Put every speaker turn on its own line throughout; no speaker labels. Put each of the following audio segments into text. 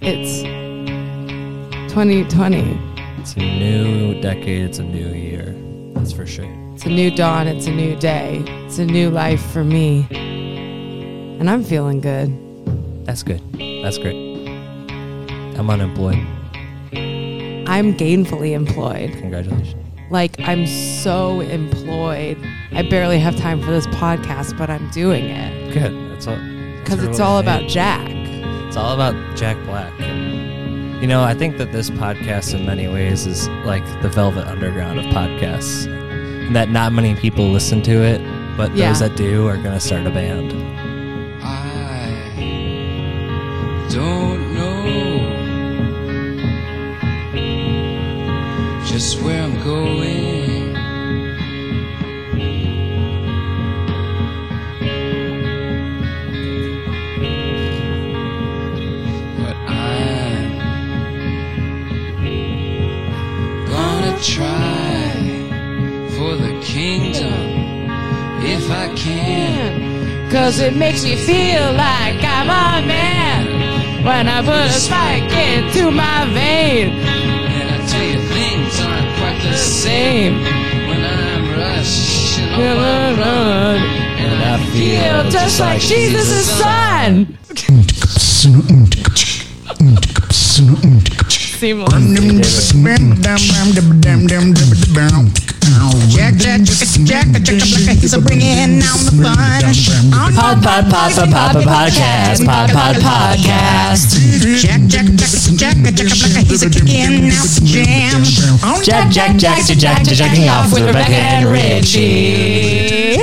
It's 2020.
It's a new decade. It's a new year. That's for sure.
It's a new dawn. It's a new day. It's a new life for me. And I'm feeling good.
That's good. That's great. I'm unemployed.
I'm gainfully employed.
Congratulations.
Like, I'm so employed. I barely have time for this podcast, but I'm doing it
Good. That's all. that's
because
sort of
it's
what
all
we need.
about Jack.
It's all about Jack Black. And, you know, I think that this podcast, in many ways, is like the Velvet Underground of podcasts. And that not many people listen to it, but
Yeah.
those that do are going to start a band.
I don't know just where I'm going. But I'm gonna try for the kingdom if I can.
Cause it makes me feel like I'm a man when I put a spike into my vein.
And I tell you, things aren't quite the same
Same.
when I'm rushing along.
Feel
And I
Feel
just like Jesus' son. Seamless.
Jack, Jack, Jack, Jack, Jack, he's a bringing down the fun. On the
Pod, pod, pod, pod, pod, pod, podcast. Pod, pod, podcast.
Jack, Jack, Jack, Jack, Jack, he's a kicking out the jam. On
Jack, Jack, Jack, to Jack, to Jacking off with Rebecca and Richie.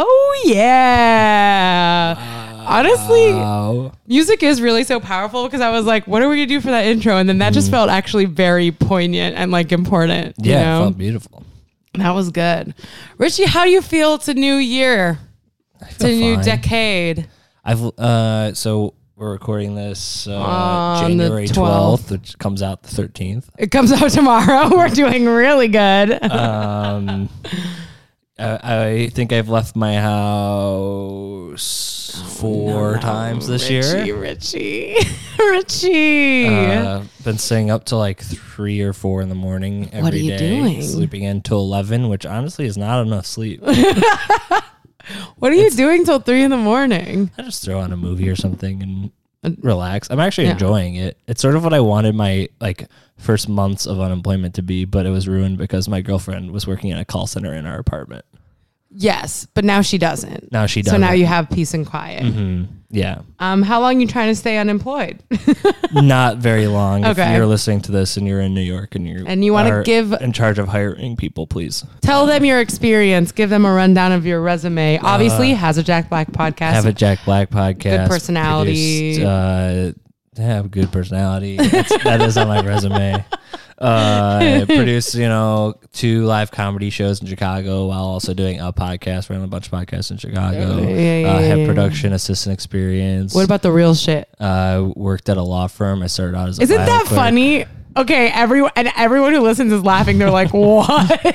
Oh, yeah. Honestly,
Wow.
music is really so powerful because I was like, what are we going to do for that intro? And then that just felt actually very poignant and like important. you
Mm. Yeah,
know?
it felt beautiful.
That was good. Richie, how do you feel? It's a new year. It's a new decade.
I've uh so we're recording this uh,
On the
January
12th.
twelfth, which comes out the thirteenth.
It comes out tomorrow. We're doing really good.
Um, I, I think I've left my house four times this
Richie,
year.
Richie, Richie.
Uh, been staying up till like three or four in the morning every day.
What are you doing?
Sleeping in till eleven, which honestly is not enough sleep.
what are you doing till three in the morning?
I just throw on a movie or something
Uh,
and relax. I'm actually enjoying it. It's sort of what I wanted my like first months of unemployment to be, but it was ruined because my girlfriend was working in a call center in our apartment.
Yes, but now she doesn't.
Now she Mm-hmm. does.
so now you have peace and quiet.
yeah,
Um, how long you trying to stay unemployed?
not very long.
Okay.
If you're listening to this and you're in New York and you
And you wanna
are
give-
in charge of hiring people, please
Tell them your experience. Give them a rundown of your resume. Obviously, has a Jack Black podcast.
Uh, have a Jack Black podcast.
personality.
produced, uh, have good personality. That's, that is on my resume. Uh, produced, you know, two live comedy shows in Chicago while also doing a podcast. Ran a bunch of podcasts in Chicago.
Yeah, yeah,
uh, have
yeah.
production assistant experience.
what about the real shit?
uh, worked at a law firm. I started out as a
Isn't
file
that
clerk.
funny? Okay, everyone and everyone who listens is laughing. They're like, "What?"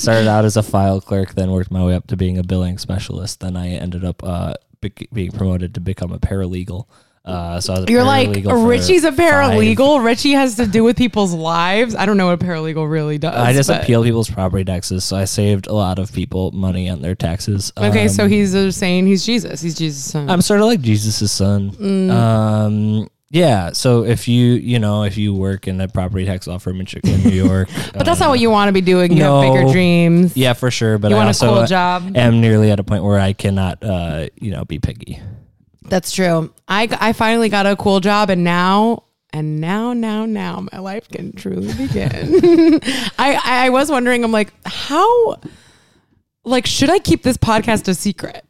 Started out as a file clerk, then worked my way up to being a billing specialist. Then I ended up uh, bec- being promoted to become a paralegal. Uh, so I was a
You're like
paralegal for
Richie's a
five
paralegal. Richie has to do with people's lives. I don't know what a paralegal really does.
I just
but-
appeal people's property taxes, so I saved a lot of people money on their taxes.
Okay,
Um,
so he's uh, saying he's Jesus. He's Jesus' son.
I'm sort of like Jesus' son.
Mm.
Um, yeah. So if you you know if you work in a property tax law firm in Chi- in New York,
but that's not what you want to be doing. You have
no.
bigger dreams.
yeah, for sure. But
You
I
want a
also
cool
uh,
job.
am nearly at a point where I cannot uh, you know be picky.
That's true. I I finally got a cool job, and now and now now now my life can truly begin. I I was wondering. I'm like, how? Like, should I keep this podcast a secret?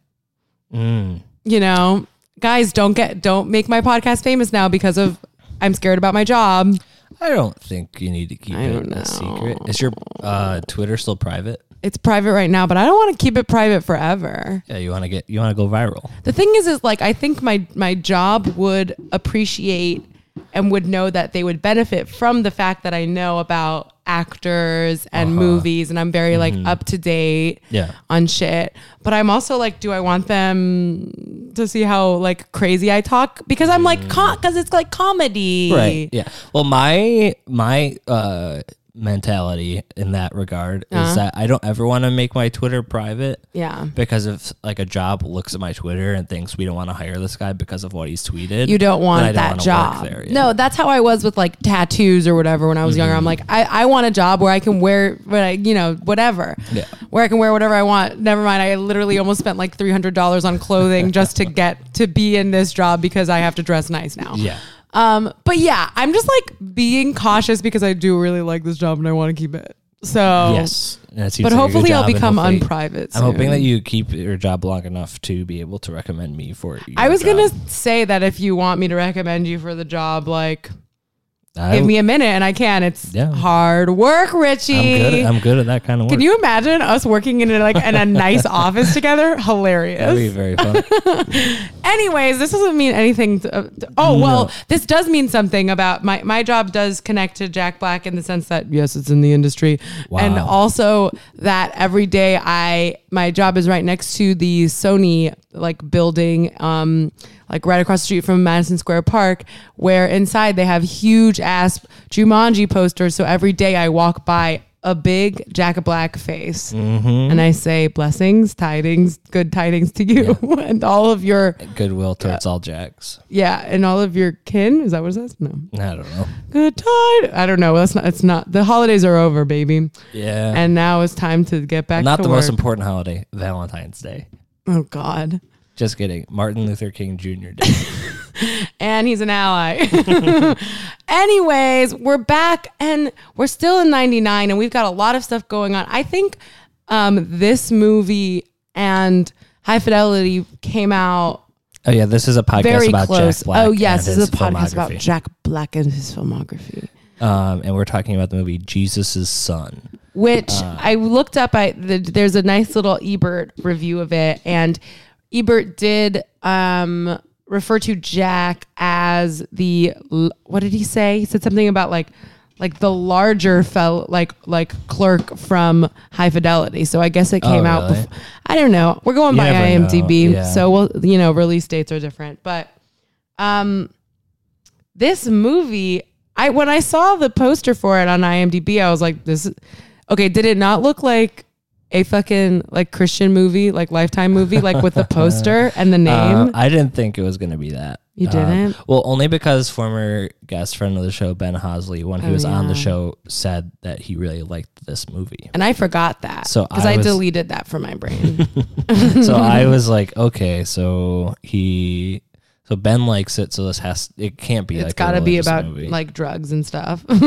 You know, guys, don't get don't make my podcast famous now because of I'm scared about my job.
I don't think you need to keep it
don't know.
a secret. Is your uh, Twitter still private?
It's private right now, but I don't want to keep it private forever.
Yeah, you want to get you want to go viral.
The thing is, is like I think my my job would appreciate and would know that they would benefit from the fact that I know about actors and movies, and I'm very like up to date
Uh-huh. Mm-hmm. Yeah.
on shit. But I'm also like, do I want them to see how like crazy I talk because I'm like because it's like comedy.
Mm. right yeah well my my uh mentality in that regard is that i don't ever want to make my twitter private
Uh-huh. Yeah.
because if like a job looks at my twitter and thinks we don't want to hire this guy because of what he's tweeted
You don't
then
want
I
that
wanna work
job.
there, yeah. Mm-hmm.
No, that's how I was with like tattoos or whatever when I was younger. I'm like, I, I want a job where I can wear, what I, you know, whatever.
Yeah.
Where I can wear whatever I want. Never mind. I literally almost spent like $300 on clothing just to get to be in this job because I have to dress nice now.
yeah
Um, but yeah, I'm just like being cautious because I do really like this job and I want to keep it. So
yes And it
Oh. But
seems like a good
hopefully I'll
job and
become
hopefully-
unprivate.
i'm hoping
soon.
that you keep your job long enough to be able to recommend me for your
I was
job.
gonna say that if you want me to recommend you for the job, like
I,
give me a minute, and I can. It's
Yeah.
hard work, Richie.
i'm good at- i'm good at that kind of work
can you imagine us working in a, like in a nice office together?
that'd be
Hilarious.
very fun
Anyways, this doesn't mean anything. To, uh, to- oh well, this does mean something about my my job. Does connect to Jack Black in the sense that yes, it's in the industry, and
Wow.
also that every day I my job is right next to the Sony like building, um, like right across the street from Madison Square Park, where inside they have huge ass Jumanji posters. So every day I walk by a big Jack Black face, and I say blessings, tidings, good tidings to you and all of your
goodwill towards all jacks
yeah, and all of your kin. Is that what it says? No,
i don't know
good tide. I don't know. That's not. It's not. The holidays are over, baby.
yeah
And now it's time to get back.
not
to
the
work.
most important holiday, Valentine's Day.
Oh God.
Just kidding. Martin Luther King Jr. Day.
And he's an ally. Anyways, we're back and we're still in 99 and we've got a lot of stuff going on. I think um, this movie and High Fidelity came out
oh yeah, this is a podcast
very
about
close.
Jack Black.
oh, yes.
and
This is a
his
podcast about
filmography.
Jack Black and his filmography.
Um, and we're talking about the movie Jesus' Son.
which I looked up. I the, there's a nice little Ebert review of it, and Ebert did um, refer to Jack as the l- what did he say? He said something about like like the larger fellow, like like clerk from High Fidelity. So I guess it came out.
really?
Before, I don't know. We're going
You
by
never know.
IMDb,
Yeah.
so we'll you know release dates are different, but um this movie i when i saw the poster for it on imdb i was like this is okay did it not look like a fucking like christian movie like lifetime movie like with the poster and the name
Uh, I didn't think it was going to be that.
You
Um,
didn't?
well, only because former guest friend of the show Ben Hosley, when he
Oh,
was on the
yeah.
show, said that he really liked this movie.
and i forgot that
So
because
I
I,
was-
deleted that from my brain
so I was like, okay, so he, so Ben likes it, so this has it can't be
it's
like a
got to be
religious
about
movie.
like drugs and stuff
yeah,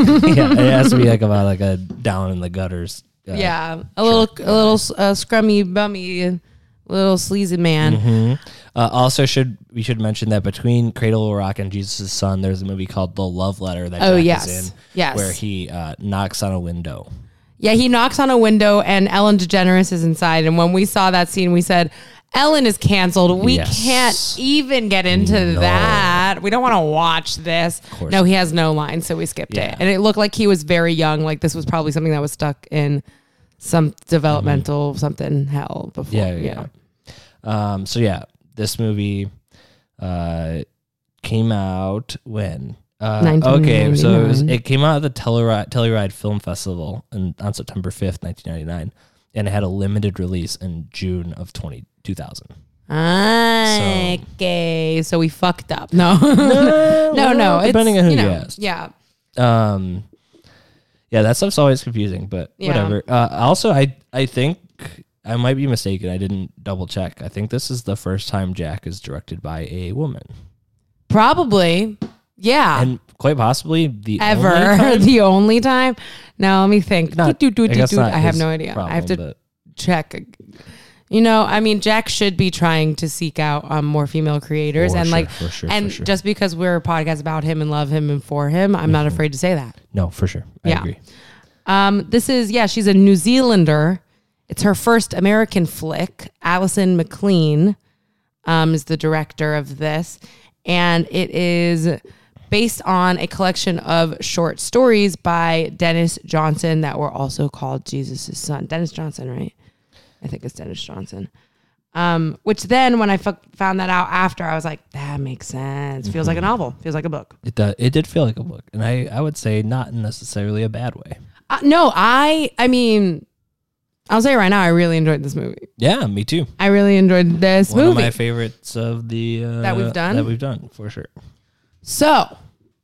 it has to be like about like a down in the gutters. uh,
yeah a little a little uh, scrummy bummy little sleazy man
Uh, also, should we should mention that between Cradle of Rock and Jesus' Son, there's a movie called The Love Letter that
Oh,
Jack
yes.
is in,
Yes.
where he uh, knocks on a window.
Yeah, he knocks on a window and Ellen DeGeneres is inside. And when we saw that scene, we said, Ellen is canceled. We
Yes.
can't even get into that. We don't want to watch this.
course.
No, he has no line, so we skipped
Yeah.
it. And it looked like he was very young. Like this was probably something that was stuck in some developmental something hell before.
Mm-hmm. Yeah, yeah, Um, so yeah, this movie uh, came out when. Uh, okay, so it, was,
1999.
it came out at the Telluride, Telluride Film Festival in, on September 5th, 1999, and it had a limited release in June of 20, 2000.
Ah,
So-
Okay, so we fucked up. No, no, no.
well, depending
it's,
on who
you
you
know,
asked.
Yeah,
um yeah that stuff's always confusing but
Yeah.
whatever uh also i i think i might be mistaken i didn't double check i think this is the first time jack is directed by a woman
probably. Yeah.
and quite possibly the only
ever
time-
the only time now let me think
Not-
Do, do,
I
do,
guess
do.
not
i have
his
no idea i have to
problem,
check you know i mean jack should be trying to seek out um, more female creators
For
and
sure,
like
for sure, for
and
sure.
just because we're a podcast about him and love him and for him i'm
Mm-hmm.
not afraid to say that
but- no for sure i
Yeah.
agree
um, this is yeah she's a new zealander it's her first american flick allison mclean um, is the director of this, and it is based on a collection of short stories by Dennis Johnson that were also called Jesus' Son. Dennis Johnson, right? I think it's Dennis Johnson. Um, which then when I fu- found that out after, I was like, that makes sense. Feels like a novel. Feels like a book.
It does, it did feel like a book, and I I would say not necessarily a bad way.
Uh, no, I. I mean, I'll say right now, I really enjoyed this movie.
Yeah, me too.
I really enjoyed this
One of
movie.
my favorites of the uh,
That we've done?
that we've done for sure.
so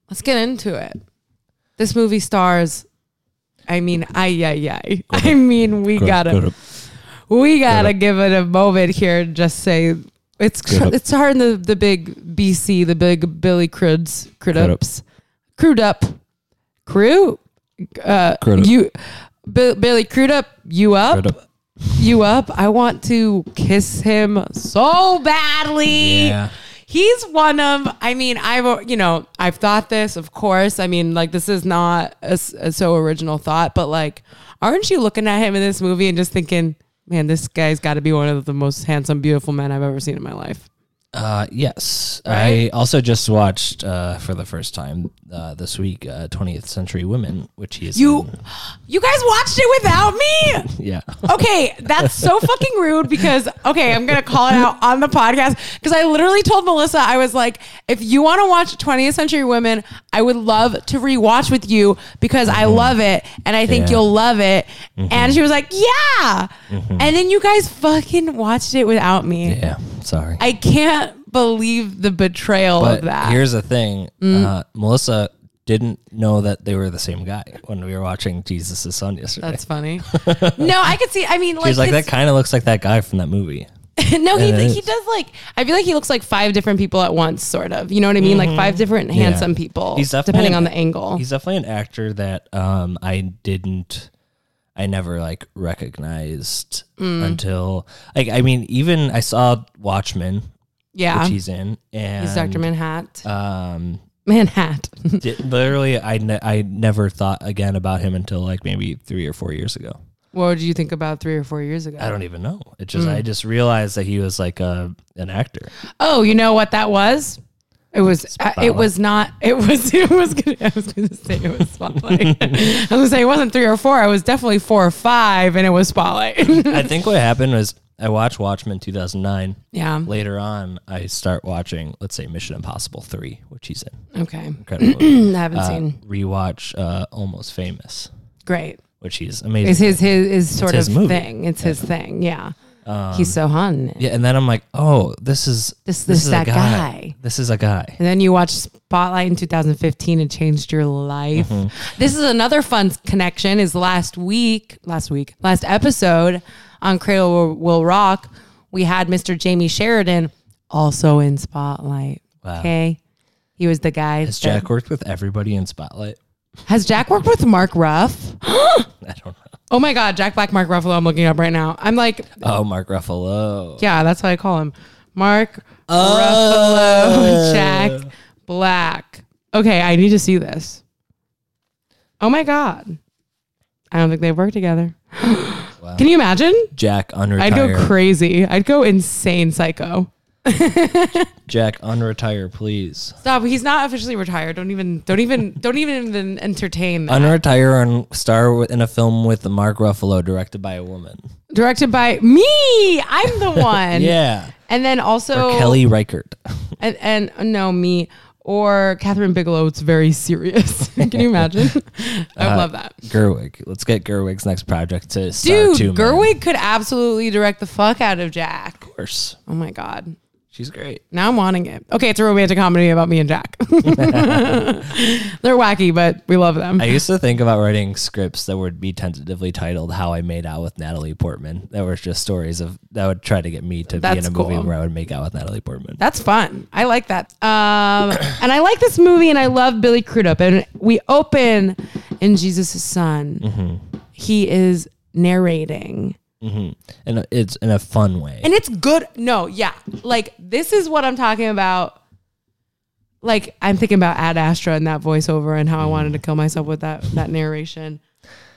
let's get into it. This movie stars. I mean, I yeah yeah. I mean, we gotta
Go to-
we gotta give it a moment here. And just say it's
up.
it's hard in the the big BC, the big Billy Cruds
up.
Crudups, crewed up, crew, uh,
Crud up.
you, Bi- Billy Crudup, you up,
go to-
you up. I want to kiss him so badly.
Yeah.
He's one of, I mean, I've, you know, I've thought this, of course. I mean, like, this is not a, s- a so original thought, but like, aren't you looking at him in this movie and just thinking, man, this guy's got to be one of the most handsome, beautiful men I've ever seen in my life?
Uh, yes. I
Right?
also just watched uh, for the first time uh, this week uh, 20th Century Women, which he is
You,
in.
you guys watched it without me.
Yeah.
Okay, that's so fucking rude because okay, I'm gonna call it out on the podcast because I literally told Melissa I was like, if you want to watch 20th Century Women, I would love to rewatch with you because I love it and I think
Mm-hmm. Yeah. Mm-hmm.
you'll love it. And she was like, yeah. And then you guys fucking watched it without me.
Yeah. Sorry.
I can't believe the betrayal
but
of that. Mm.
here's the thing uh, Melissa didn't know that they were the same guy when we were watching Jesus' Son yesterday.
that's funny. no, I could see. I mean, like,
She's like,
it's-
that kind of looks like that guy from that movie.
no, he,
Yeah, it
he
is.
does like I feel like he looks like five different people at once, sort of. You know what I mean? Like five different handsome people,
Mm-hmm. He's definitely
depending
an-
on the angle.
He's definitely an actor that um, I didn't, I never like recognized
Mm.
until like I mean even I saw Watchmen,
Yeah, Ah.
which
he's,
he's in, and
Doctor Manhattan.
Um,
Manhattan.
di- literally, I ne- I never thought again about him until like maybe three or four years ago.
what did you think about three or four years ago?
I don't even know. It just
Mm.
I just realized that he was like a an actor.
oh, you know what that was? It was. Uh, it
Spotlight.
was not. It was. It was. Gonna, I was going to say it was spotlight. I was going to say it wasn't three or four. I was definitely four or five, and it was spotlight.
I think what happened was I watched Watchmen 2009.
yeah.
Later on, I start watching, let's say, Mission Impossible 3, which he's in.
Okay.
Incredible. movie.
I haven't
uh,
seen.
rewatch uh, Almost Famous,
Great.
which he's amazing.
It's his his is sort
his
of
movie. Um,
thing. It's his thing. Yeah. He's so hun.
yeah, and then I'm like, oh, this is
This- this
is a
that guy.
This is a guy.
And then you watched Spotlight in 2015 and changed your life.
Mm-hmm.
This is another fun s- connection is last week, last week, last episode on Cradle Will, Will Rock, we had Mr. Jamie Sheridan also in Spotlight.
Wow.
Okay. He was the guy.
Has
that-
Jack worked with everybody in Spotlight?
Has Jack worked with Mark Ruff?
I don't know.
Oh my God, Jack Black, Mark Ruffalo. I'm looking up right now. I'm like,
Oh, Mark Ruffalo.
Yeah, that's what I call him. Mark
Oh.
Ruffalo Jack Black. Okay, I need to see this. Oh my god. I don't think they work together. Can you imagine?
Jack unretired.
I'd go crazy. I'd go insane psycho.
Jack unretire, please.
Stop. He's not officially retired. Don't even don't even don't even even entertain that.
Unretire and star with- in a film with Mark Ruffalo, directed by a woman.
Directed by me. I'm the one.
yeah,
And then also
Kelly Reichert.
and and uh, no me or Catherine Bigelow. It's very serious. Can you imagine? I would love that.
Gerwig. Let's get Gerwig's next project to star
Dude,
two men.
Gerwig could absolutely direct the fuck out of Jack.
Of course,
Oh my god.
she's great.
Now I'm wanting it. Okay, it's a romantic comedy about me and Jack. They're wacky, but we love them.
I used to think about writing scripts that would be tentatively titled "How I Made Out with Natalie Portman." That were just stories of that would try to get me to be
That's
in a
cool.
movie where I would make out with Natalie Portman.
That's fun. I like that. Um, and I like this movie, and I love Billy Crudup. And we open in Jesus' Son. He is narrating.
Mm-hmm. and it's in a fun way.
and it's good. No, yeah, like this is what I'm talking about. Like I'm thinking about Ad Astra and that voiceover and how I wanted to kill myself with that that narration.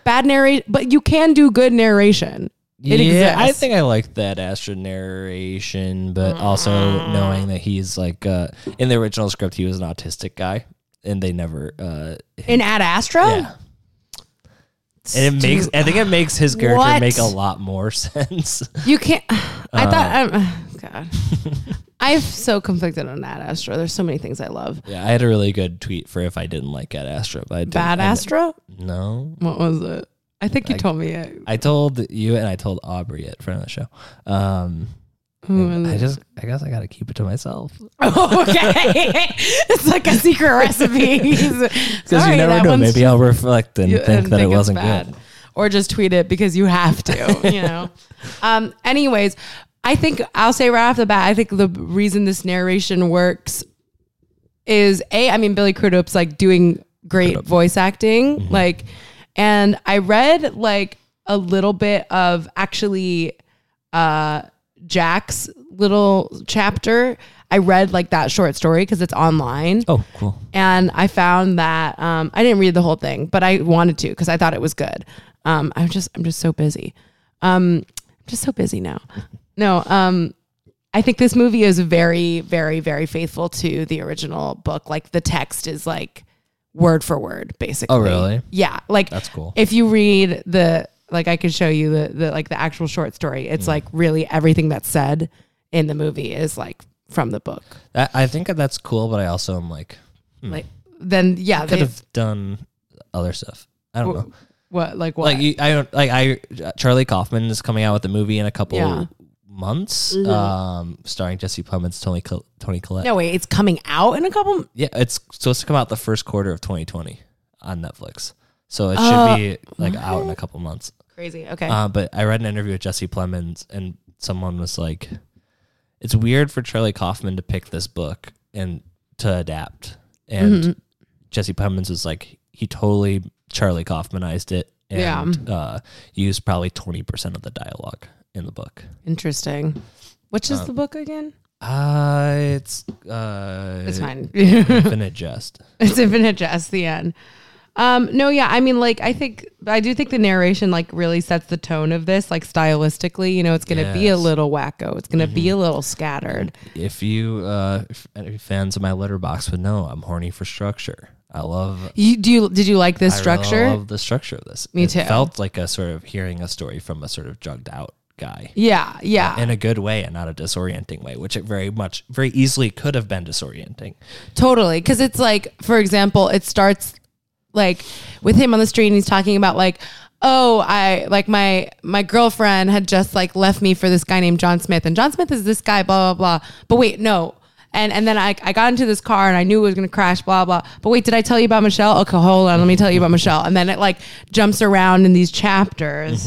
Bad narration, but you can do good narration. It
yeah, I
exists.
think I like that Astra narration, but
Mm.
also knowing that he's like uh, in the original script, he was an autistic guy, and they never. Uh,
In Ad Astra,
yeah, And it makes I think it makes his character
What?
make a lot more sense.
You can't. I thought.
Uh.
I'm, God, I'm so conflicted on that Astra. There's so many things I love.
yeah, I had a really good tweet for if I didn't like Ad Astra, but I didn't,
Bad
I kn-
Astra.
No.
What was it? I think you told me it.
I told you and I told Aubrey at front of the show. Um,
Who was
I
it?
just I guess I gotta keep it to myself.
Oh, okay, it's like a secret recipe.
Because
Because
you never know. Maybe I'll reflect and
you-
think
and
that it
it's
wasn't
bad.
good.
Or just tweet it because you have to, you know. um, anyways, I think I'll say right off the bat, I think the reason this narration works is A, I mean, Billy Crudup's like doing great voice acting.
Mm-hmm.
Like, and I read like a little bit of actually uh Jack's little chapter. I read like that short story because it's online
Oh, cool.
and I found that um, I didn't read the whole thing, but I wanted to because I thought it was good. Um, I'm just I'm just so busy. Um, I'm just so busy now. No, um, I think this movie is very, very, very faithful to the original book. Like the text is like word for word, basically.
Oh, really?
Yeah. Like
That's cool.
If you read the like, I could show you the the like the actual short story.
Mm.
It's like really everything that's said in the movie is like from the book.
That, I think that's cool, but I also am like
Like then, yeah,
could
they-
have done other stuff. I don't know.
what like what
Like you, I don't like I Charlie Kaufman is coming out with a movie in a couple
Yeah. Mm-hmm.
months, um, starring Jesse Plemons, Tony Col- Tony Collette.
No, wait, it's coming out in a couple.
Yeah, it's supposed to come out the first quarter of 2020 on Netflix. So it
Uh,
should be like out in a couple months.
Crazy. Okay.
Uh, but I read an interview with Jesse Plemons, and someone was like, "It's weird for Charlie Kaufman to pick this book and to adapt." And
Mm-hmm.
Jesse Plemons was like, "He totally Charlie Kaufmanized it, and uh, used probably twenty percent of the dialogue in the book."
Interesting. Which is the book again?
Uh, it's uh,
It's fine. it's
Infinite Jest.
Infinite Jest, the end. Um, no, yeah, I mean, like, I think, I do think the narration, like, really sets the tone of this, like, stylistically. You know, it's going to be a
Yes. Mm-hmm.
little wacko, it's going to be a little scattered.
If you uh, if any fans of my letterbox would know, I'm horny for structure. I love
You, do you, did you like this
I
structure?
love the structure of this.
Me
it
too.
Felt like a sort of hearing a story from a sort of drugged out guy
yeah, yeah.
in a good way and not a disorienting way, which it very much, very easily could have been disorienting.
Totally. Cause it's like, for example, it starts like with him on the street and he's talking about like, oh, I like my my girlfriend had just like left me for this guy named John Smith. And John Smith is this guy, blah, blah, blah. But wait, no. And and then I, I got into this car and I knew it was gonna crash, blah, blah. But wait, did I tell you about Michelle? Okay, hold on, let me tell you about Michelle. And then it like jumps around in these chapters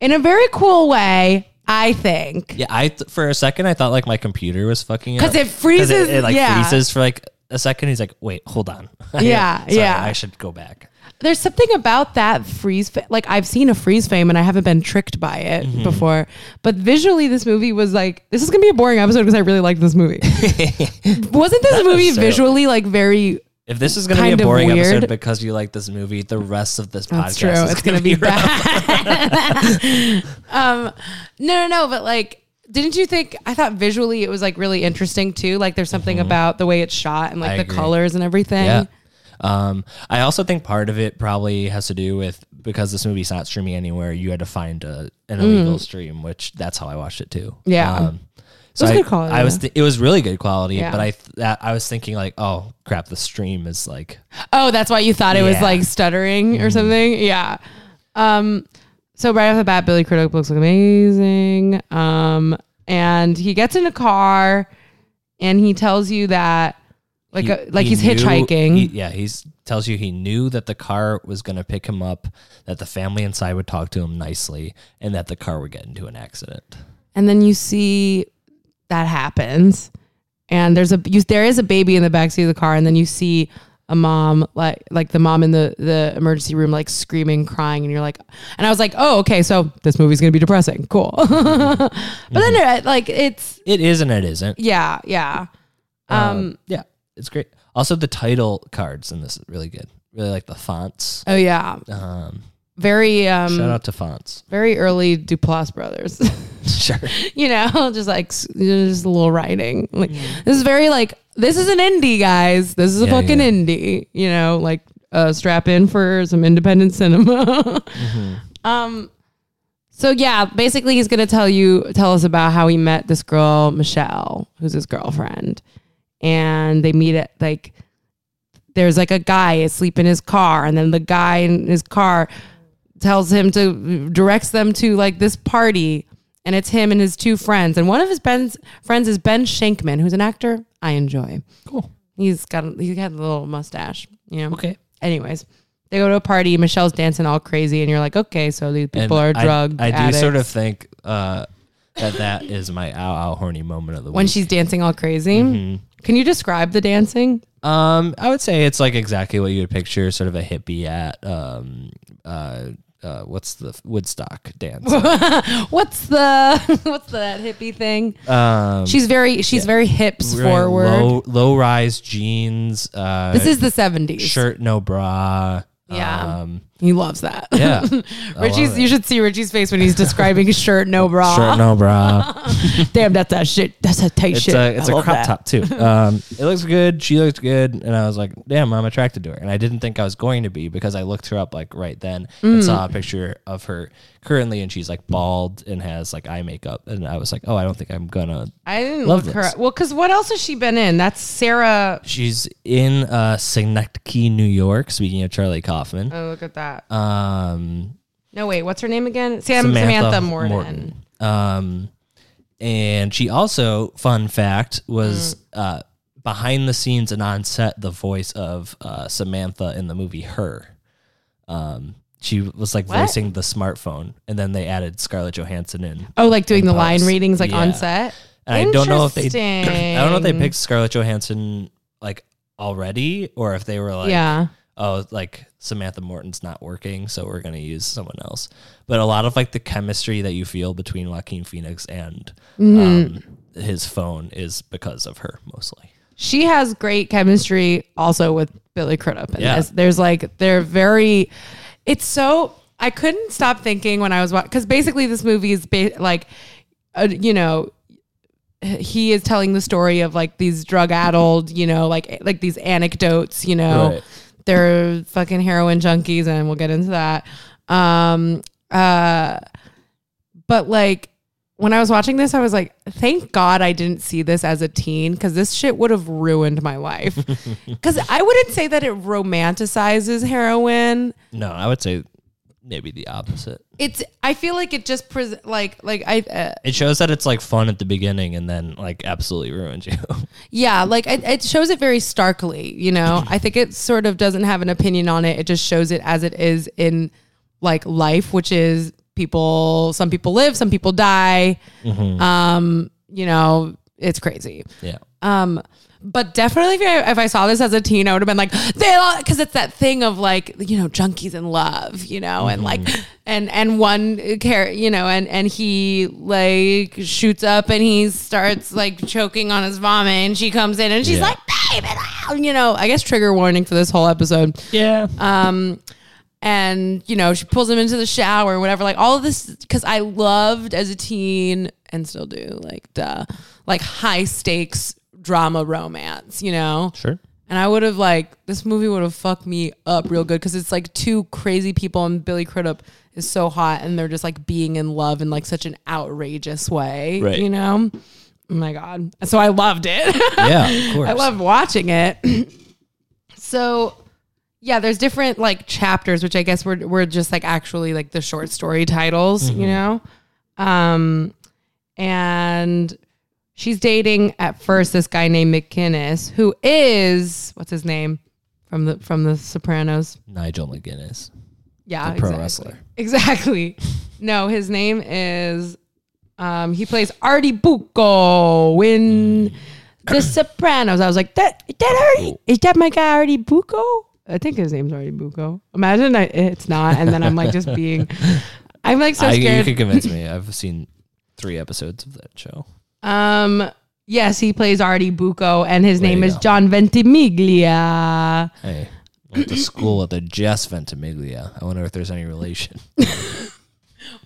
in a very cool way, I think.
Yeah, I th- for a second I thought like my computer was fucking up.
'Cause it freezes-
It, it, like
yeah.
freezes for like a second. He's like, wait, hold on.
Yeah,
Sorry,
yeah.
I should go back.
There's something about that freeze. Fa- like I've seen a freeze frame and I haven't been tricked by it before. But visually, this movie was like this is gonna be a boring episode because I really like this movie. Wasn't this movie
necessarily.
visually like very?
If this is going to
Kind
be
of
a boring
weird.
episode because you like this movie, the rest of this
That's
podcast
true.
is
It's gonna
going to be
be
rough.
bad. um, no, no, no. But like, didn't you think? I thought visually it was like really interesting too. Like there's something about the way it's shot and like
I
the
agree.
colors and everything.
Yeah. Um, I also think part of it probably has to do with because this movie's not streaming anywhere, you had to find a, an illegal stream, which that's how I watched it too.
Mm.
Um,
Yeah.
so
was
I,
good quality,
I was
though.
th- it was really good quality,
Yeah.
but I th- that, I was thinking like, oh crap, the stream is like
Oh, that's why you thought it was
Yeah. Mm-hmm.
like stuttering or something. Yeah. Um. So right off the bat, Billy Crudup looks amazing. Um. And he gets in a car, and he tells you that, like,
he-
uh, like
he
he's
knew-
hitchhiking.
he- yeah, he's tells you he knew that the car was going to pick him up, that the family inside would talk to him nicely, and that the car would get into an accident.
and then you see that happens and there's a you, there is a baby in the backseat of the car and then you see a mom like like the mom in the the emergency room like screaming crying and you're like and i was like oh okay so this movie's gonna be depressing cool but then it, like it's
It is and it isn't.
yeah yeah um
Um, yeah, it's great. Also, the title cards in this is really good. Really like the fonts.
oh yeah
Um,
very
shout
um
out to fonts.
very early duplass brothers
Sure.
you know, just like s- just a little writing. Like this is very like this is an indie, guys. This is a
Yeah,
fucking
yeah.
indie. You know, like uh, strap in for some independent cinema.
Mm-hmm.
Um, so yeah, basically he's gonna tell you tell us about how he met this girl Michelle, who's his girlfriend, and they meet at like there's like a guy asleep in his car, and then the guy in his car tells him to directs them to like this party and it's him and his two friends and one of his Ben's friends is Ben Shankman who's an actor I enjoy.
Cool.
He's got a, he had a little mustache, you know.
Okay.
Anyways, they go to a party, Michelle's dancing all crazy and you're like, "Okay, so these
And
people are
I-
drugged."
I, do
addicts.
sort of think uh, that that is my ow ow horny moment of the
when
week.
she's dancing all crazy.
Mm-hmm.
Can you describe the dancing?
Um, I would say it's like exactly what you would picture, sort of a hippie at um, uh, uh, what's the f- Woodstock dance?
What's the what's that hippie thing?
um,
she's very she's very hips
wearing
forward.
low low rise jeans. Uh,
this is the 70s.
shirt, no bra.
Yeah.
Um,
He loves that.
yeah. I
Richie's
love
you should see Richie's face when he's describing shirt no bra.
Shirt, no bra.
Damn, that's that shit. That's a tight
It's
shit.
a it's
I
a
love
crop
that.
top too. Um, it looks good. She looked good, and I was like, "Damn, I'm attracted to her." And I didn't think I was going to be because I looked her up like right then
Mm.
and saw a picture of her currently, and she's like bald and has like eye makeup, and I was like, "Oh, I don't think I'm gonna."
I didn't
Love
look her
this.
up. Well, because what else has she been in? That's Sarah.
She's in uh, Synecdoche, New York. Speaking of Charlie Kaufman,
Oh, look at that.
um,
no, wait. What's her name again? Sam Samantha, Morton.
Um, and she also, fun fact, was
Mm.
uh, behind the scenes and on set the voice of uh, Samantha in the movie Her. Um, she was like
What?
voicing the smartphone, and then they added Scarlett Johansson in.
Oh, like doing the line
Pops.
readings like on
Yeah.
set.
And I don't know if they, I don't know if they
Interesting.
picked Scarlett Johansson like already, or if they were like,
yeah.
oh, like Samantha Morton's not working, so we're gonna use someone else. But a lot of like the chemistry that you feel between Joaquin Phoenix and
Mm-hmm.
um, his phone is because of her mostly.
she has great chemistry also with Billy Crudup. In
Yeah.
this. There's like, they're very, it's so, I couldn't stop thinking when I was watching, because basically this movie is ba- like, uh, you know, he is telling the story of like these drug addled, you know, like like these anecdotes, you know,
Right.
they're fucking heroin junkies, and we'll get into that. Um, uh, but like when I was watching this, I was like, thank God I didn't see this as a teen because this shit would have ruined my life. Because I wouldn't say that it romanticizes heroin.
No, I would say maybe the opposite.
It's I feel like it just pres like like I uh,
It shows that it's like fun at the beginning and then like absolutely ruins you.
yeah like it, it shows it very starkly. You know, I think it sort of doesn't have an opinion on it. It just shows it as it is in like life, which is people. Some people live, some people die. Um, you know, it's crazy.
yeah.
Um, but definitely, if I, if I saw this as a teen, I would have been like, they because it's that thing of like, you know, junkies in love, you know, and like,
Mm-hmm.
and and one care, you know, and and he like shoots up and he starts like choking on his vomit, and she comes in and she's
Yeah.
like, babe, and I-" you know, I guess trigger warning for this whole episode.
Yeah.
Um, and you know, she pulls him into the shower and whatever. Like all of this, because I loved as a teen and still do, like duh, like high stakes drama romance. You know,
sure.
and I would have like this movie would have fucked me up real good because it's like two crazy people and Billy Crudup is so hot and they're just like being in love in like such an outrageous way.
Right.
You know. Oh my god! So I loved it.
Yeah, of course.
I love watching it. so yeah, there's different like chapters, which I guess were were just like actually like the short story titles, you know? Um and she's dating at first this guy named McInnes, who is what's his name? From the from the Sopranos.
Nigel McGuinness.
Yeah.
pro
exactly.
wrestler.
Exactly. no, his name is um he plays Artie Bucco in
Mm.
The Sopranos. I was like, that is that Artie? Is that my guy Artie Bucco? I think his name's Artie Bucco. Imagine I, it's not, and then I'm like just being I'm like so
I, you
scared.
could convince me. I've seen three episodes of that show.
um yes, he plays Artie Bucco and his
There
name
you
is
go.
John Ventimiglia.
Hey, went to school at the Jess Ventimiglia. I wonder if there's any relation.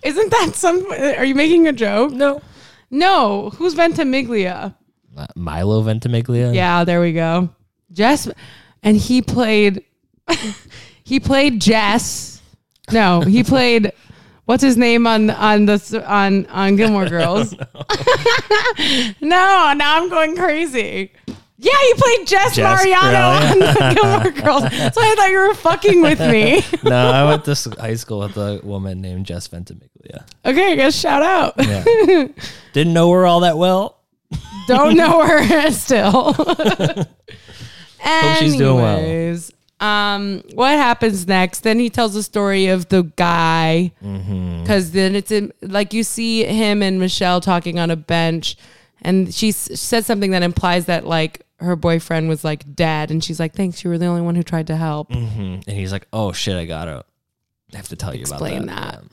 Isn't that some are you making a joke? No. No, who's Ventimiglia?
Uh, Milo Ventimiglia.
Yeah, there we go. Jess, and he played he played Jess. No, he played what's his name on on the s- on on Gilmore Girls. no, now I'm going crazy. Yeah, he played Jess,
Jess
Mariano
Mariano.
on the Gilmore Girls. So I thought you were fucking with me.
No, I went to s- high school with a woman named Jess Ventimiglia.
Okay, I guess shout out.
Yeah. Didn't know her all that well.
Don't know her still. Hope
she's doing well.
Um, what happens next? Then he tells the story of the guy,
Mm-hmm.
because then it's in, like you see him and Michelle talking on a bench, and she s- said something that implies that like her boyfriend was like dead, and she's like, "Thanks, you were the only one who tried to help."
And he's like, "Oh shit, I gotta I have to tell you
Explain
about that."
that.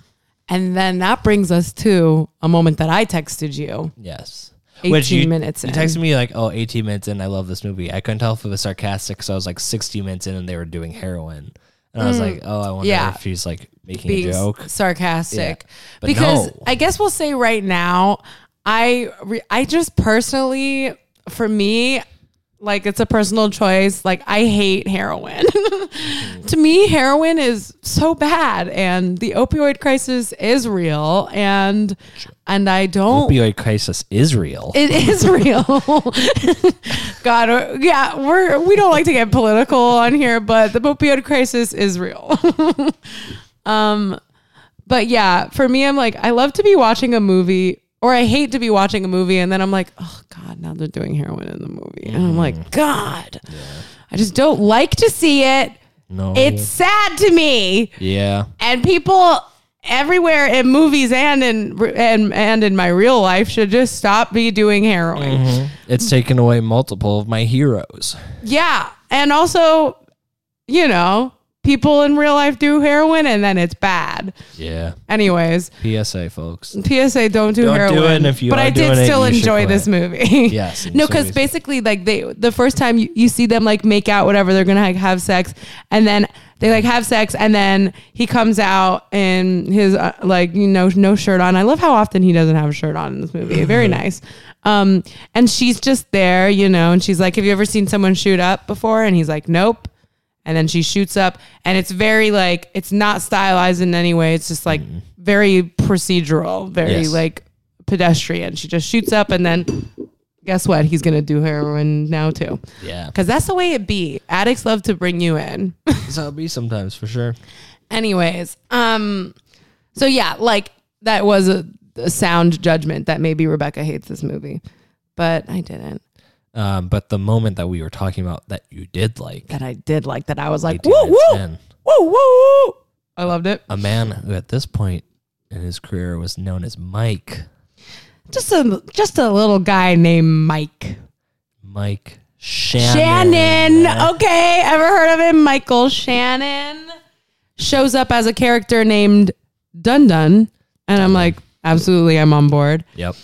And then that brings us to a moment that I texted you.
Yeah. Yes.
18
you,
minutes
You
in.
texted me like, "Oh, 18 minutes in. I love this movie." I couldn't tell if it was sarcastic because I was like 60 minutes in and they were doing heroin, and I was like, "Oh, I wonder
Mm. Yeah.
if she's like making
being
a
s-
joke."
sarcastic
Yeah. But
because
no.
I guess we'll say right now I re- I just personally for me like it's a personal choice like I hate heroin to me heroin is so bad and the opioid crisis is real and and I don't
Opioid crisis is real.
Oh. it is real. God, uh, yeah, we're we don't like to get political on here, but the opioid crisis is real. um, but yeah, for me, I'm like, I love to be watching a movie, or I hate to be watching a movie, and then I'm like, oh God, now they're doing heroin in the movie, and I'm
Mm-hmm.
like, God, I just don't like to see it.
no.
It's sad to me
yeah.
and people everywhere in movies and in and and in my real life should just stop be doing heroin.
It's taken away multiple of my heroes.
Yeah, and also, you know, people in real life do heroin and then it's bad.
Yeah.
Anyways,
PSA, folks.
PSA don't do
Don't do
heroin.
it, and if you
but
are
I did
doing it,
still
you should
enjoy
quit.
this movie.
Yes, and
no,
so
because
is-
basically, like they the first time you, you see them like make out, whatever, they're gonna like have sex, and then they like have sex, and then he comes out in his uh, like you know no shirt on. I love how often he doesn't have a shirt on in this movie. Very nice. Um, and she's just there, you know, and she's like, "Have you ever seen someone shoot up before?" And he's like, "Nope." and then she shoots up and it's very like it's not stylized in any way it's just like very procedural very
Yes.
like pedestrian she just shoots up and then guess what he's gonna do heroin now too
Yeah.
because that's the way it be addicts love to bring you in
That's how it be sometimes for sure.
anyways um so yeah like that was a, a sound judgment that maybe rebecca hates this movie but i didn't
Um, but the moment that we were talking about that you did like,
that i did like that i was like woo
18
woo
minutes
woo woo
in,
woo i loved it
a man who at this point in his career was known as Mike,
just a just a little guy named Mike
Mike Shannon.
Shannon. Okay, ever heard of him? Michael Shannon shows up as a character named Dun Dun, and I'm like, absolutely, I'm on board.
Yep.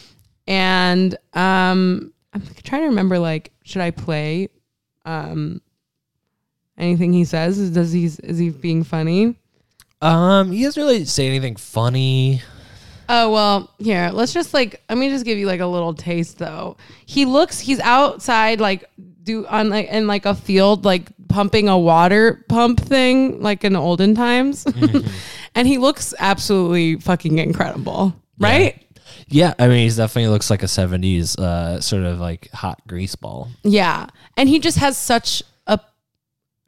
And um, I'm trying to remember, like, should I play um anything he says? Is- Does he is he being funny?
Um, he doesn't really say anything funny.
Oh well, here. Let's just like let me just give you like a little taste though. He looks he's outside like do on like in like a field like pumping a water pump thing like in the olden times. and he looks absolutely fucking incredible. Right?
Yeah, I mean, he definitely looks like a '70s uh, sort of like hot grease ball.
Yeah. And he just has such a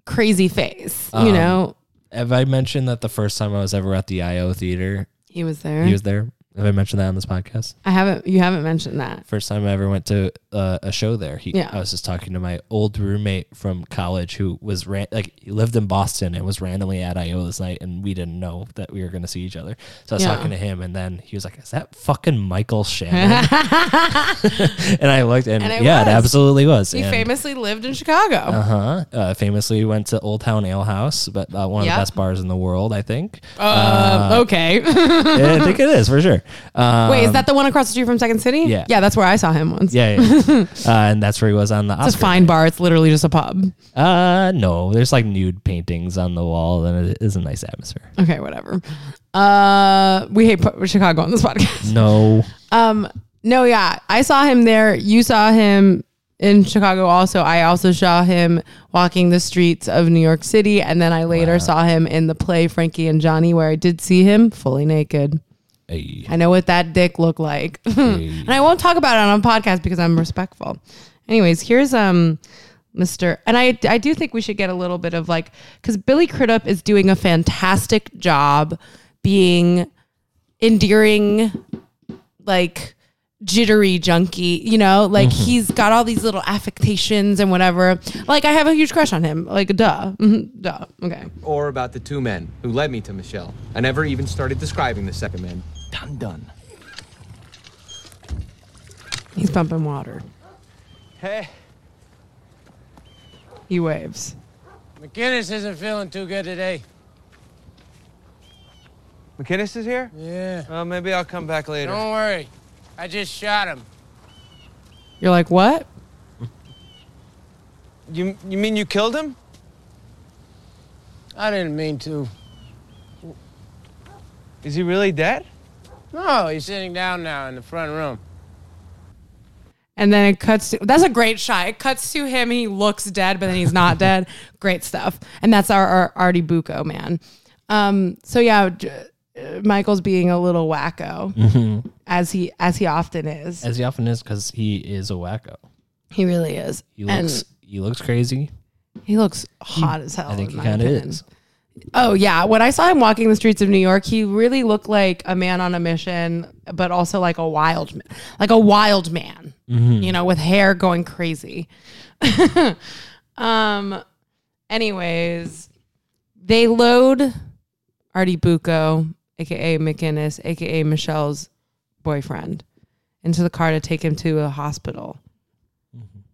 crazy face,
Um,
you know.
Have I mentioned that the first time I was ever at the IO theater,
He was there.
he was there? Have I mentioned that on this podcast?
I haven't you haven't mentioned that.
First time I ever went to uh, a show there. He,
Yeah.
I was just talking to my old roommate from college who was ran- like he lived in Boston and was randomly at IO this night, and we didn't know that we were going to see each other. So I was
Yeah.
talking to him, and then he was like, "Is that fucking Michael Shannon?" and I looked, and,
And it
yeah, it
was.
absolutely was.
He
And-
famously lived in Chicago.
Uh-huh. Uh Famously went to Old Town Ale House, but uh, one of
Yeah.
the best bars in the world, I think. Uh-huh.
Uh, okay.
Yeah, I think it is for sure. Um,
Wait, is that the one across the street from Second City?
yeah.
Yeah, that's where I saw him once.
Yeah, yeah. uh, and that's where he was on the
It's a
Oscar.
fine bar. It's literally just a pub.
Uh, no, there's like nude paintings on the wall, and it is a nice atmosphere.
Okay, whatever. Uh, we hate pu- Chicago on this podcast.
No,
Um, no, yeah, I saw him there. You saw him. in Chicago also. I also saw him walking the streets of New York City and then I later saw him in the play Frankie and Johnny where I did see him fully naked.
Hey.
I know what that dick looked like. and I won't talk about it on a podcast because I'm respectful. Anyways, here's um Mr. And I I do think we should get a little bit of like cuz Billy Crudup is doing a fantastic job being endearing like jittery junkie, you know? Like he's got all these little affectations and whatever. Like I have a huge crush on him. Like duh. Mhm, duh. Okay.
or about the two men who led me to Michelle. I never even started describing the second man. Done, done.
He's pumping water.
Hey,
He waves.
McGinnis isn't feeling too good today.
McKinnis is here?
Yeah.
Uh, maybe I'll come back later.
Don't worry. I just shot him.
You're like, "What?"
You, you mean you killed him?
I didn't mean to.
Is he really dead?
No, he's sitting down now in the front room.
And then it cuts to that's a great shot. It cuts to him. He looks dead, but then he's not dead. Great stuff. And that's our, our Artie Bucco man. Um, so yeah, J- uh, Michael's being a little wacko
Mm-hmm.
as he as he often is.
As he often is, because he is a wacko.
He really is.
He looks he looks crazy.
and he looks hot as hell.
I think
in
he
my
kind of
opinion.
is.
Oh yeah, when I saw him walking the streets of New York, he really looked like a man on a mission, but also like a wild, man, like a wild man. You know, with hair going crazy. um. Anyways, they load Artie Bucco, aka McInnes, aka Michelle's boyfriend, into the car to take him to a hospital.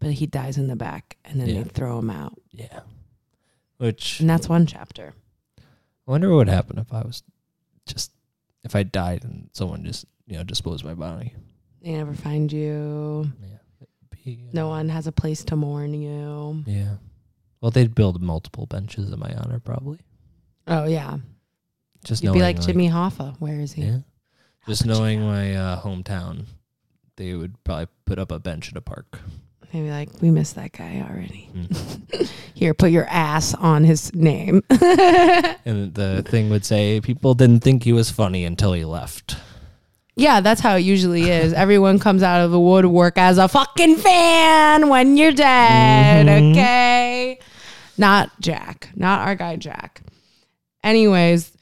But he dies in the back, and then
Yeah.
they throw him out,
Mm-hmm. Yeah. Which
and that's one chapter.
I wonder what would happen if I was just if I died and someone just you know disposed my body.
They never find you.
Be-
No one has a place to mourn you.
Yeah. Well, they'd build multiple benches in my honor, probably.
Oh yeah,
Just
you'd
knowing,
be like Jimmy Hoffa. Where is he?
Yeah. Just knowing my uh, hometown, they would probably put up a bench in a park.
They'd be like, we missed that guy already. Here, put your ass on his name.
And the thing would say, people didn't think he was funny until he left.
yeah, that's how it usually is. Everyone comes out of the woodwork as a fucking fan when you're dead. Okay, not Jack, not our guy Jack. Anyways,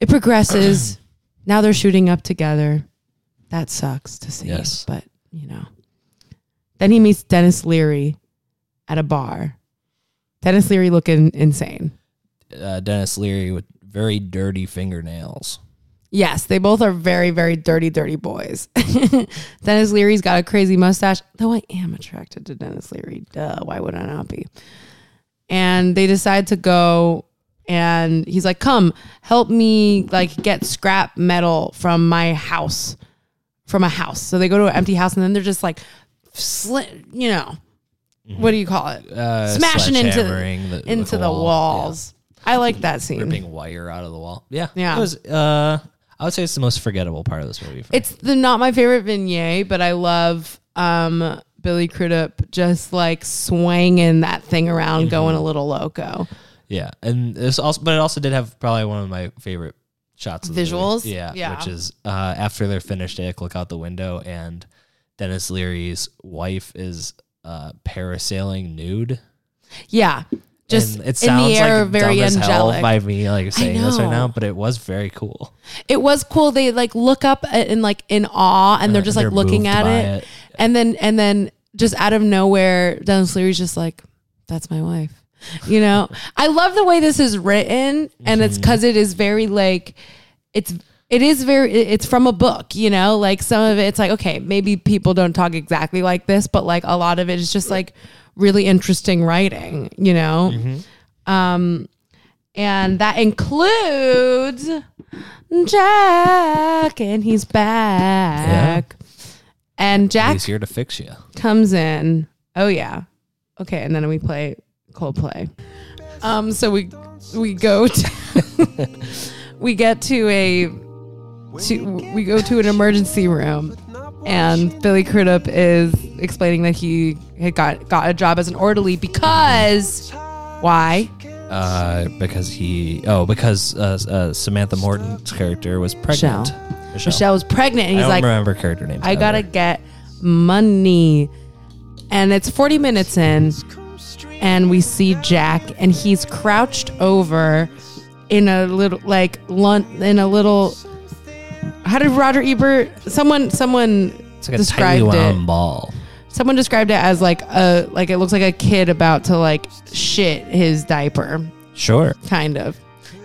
it progresses. now they're shooting up together. That sucks to see.
Yes.
But, you know. Then he meets Dennis Leary at a bar. Dennis Leary looking insane.
Uh, Dennis Leary with very dirty fingernails.
Yes, they both are very, very dirty, dirty boys. Dennis Leary's got a crazy mustache, though I am attracted to Dennis Leary. Duh, why would I not be? And they decide to go, and he's like, "Come, help me, like get scrap metal from my house, from a house." So they go to an empty house, and then they're just like, sli- you know, what do you call it?
Uh,
Smashing into
sledgehammering the- with
into the
wall.
walls. I like that scene.
ripping wire out of the wall. Yeah,
Yeah.
It was. Uh, I would say it's the most forgettable part of this movie. For me.
It's the not my favorite vignette, but I love um, Billy Crudup just like swinging that thing
Mm-hmm.
around, going a little loco.
yeah, and this also, but it also did have probably one of my favorite shots. Of the movie.
Visuals?
yeah,
Yeah.
which is uh, after they're finished, they like, look out the window, and Dennis Leary's wife is uh, parasailing nude.
Yeah, just
and it
in
sounds
the air,
like
very
dumb as
angelic.
hell by me like saying this right
know.
now, but it was very cool.
it was cool. They like look up at- and like in awe, and they're just like
Uh, they're
looking
moved
at
by
it.
it.
and then and then just out of nowhere, Dennis Leary's just like, "That's my wife." You know, I love the way this is written, and it's
Mm-hmm.
because it is very like, it's it is very it- it's from a book. You know, like some of it, it's like okay, maybe people don't talk exactly like this, but like a lot of it is just like really interesting writing. You know.
Mm-hmm.
Um, and that includes Jack, and he's back. And Jack
He's here to fix you.
comes in. Oh yeah, okay. And then we play Coldplay. Um, so we we go to we get to a to, we go to an emergency room, and Billy Crudup is explaining that he had got got a job as an orderly because why?
Uh, because he, oh, because uh, uh, Samantha Morton's character was pregnant.
Michelle. Michelle was pregnant, and
I
he's
don't
like,
remember character names.
I gotta
ever.
get money. And it's 40 minutes in, and we see Jack, and he's crouched over in a little, like, lun- in a little. How did Roger Ebert? Someone, someone
It's like a tightly
described it.
wound ball.
Someone described it as like a, like it looks like a kid about to like shit his diaper,
Sure,
kind of.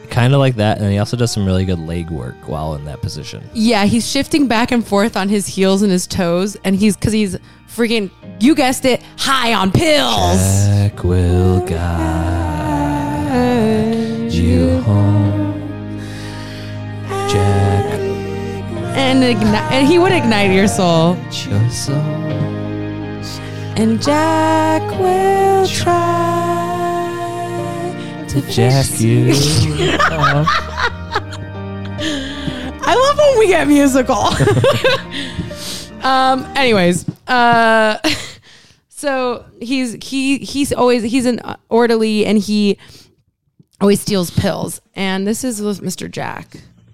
kind of like that, and he also does some really good leg work while in that position.
Yeah, he's shifting back and forth on his heels and his toes, and he's because he's freaking, you guessed it, high on pills.
Jack will guide you home. Jack,
And, igni- and he would ignite your soul.
your soul.
And Jack will try to
Jack
fix
you. up.
I love when we get musical. um. Anyways, uh, so he's he he's always he's an orderly and he always steals pills. And this is Mr. Jack.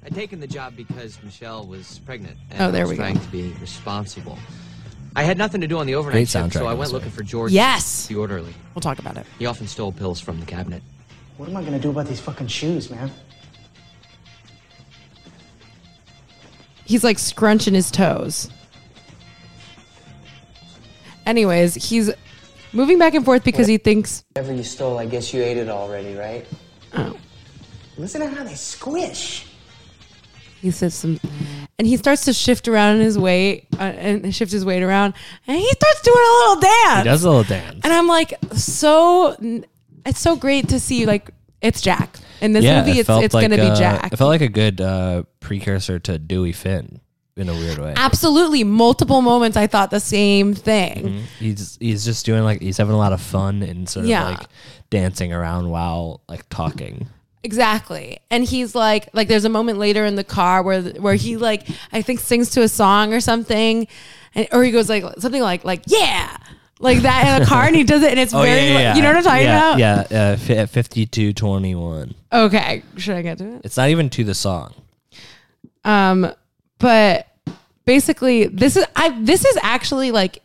I'd taken the job because Michelle was pregnant. And
Oh, there
I was
we go.
trying to be responsible. I had nothing to do on the
Great
overnight shift,
soundtrack
so I
on
went
this
looking
one.
for George.
Yes,
The orderly.
we'll talk about it.
He often stole pills from the cabinet.
What am I gonna do about these fucking shoes, man?
He's like scrunching his toes. Anyways, he's moving back and forth because he thinks
Whatever you stole, I guess you ate it already, right?
Listen to how they squish.
he says some, and he starts to shift around in his weight uh, and shift his weight around, and he starts doing a little dance.
He does a little dance.
and I'm like, so it's so great to see like it's Jack in this movie.
it
It's
felt
it's
like,
gonna
uh,
be Jack.
It felt like a good uh, precursor to Dewey Finn in a weird way.
Absolutely, multiple moments I thought the same thing.
Mm-hmm. He's he's just doing like he's having a lot of fun and sort
Yeah.
of like dancing around while like talking.
Exactly. And he's like like there's a moment later in the car where where he like I think sings to a song or something and, or he goes like something like like yeah. Like that in the car and he does it and it's very you know what I'm talking
Oh, yeah,
about?
Yeah, uh, fi- at fifty two twenty one.
Okay. Should I get to it?
It's not even to the song.
Um but basically this is I this is actually like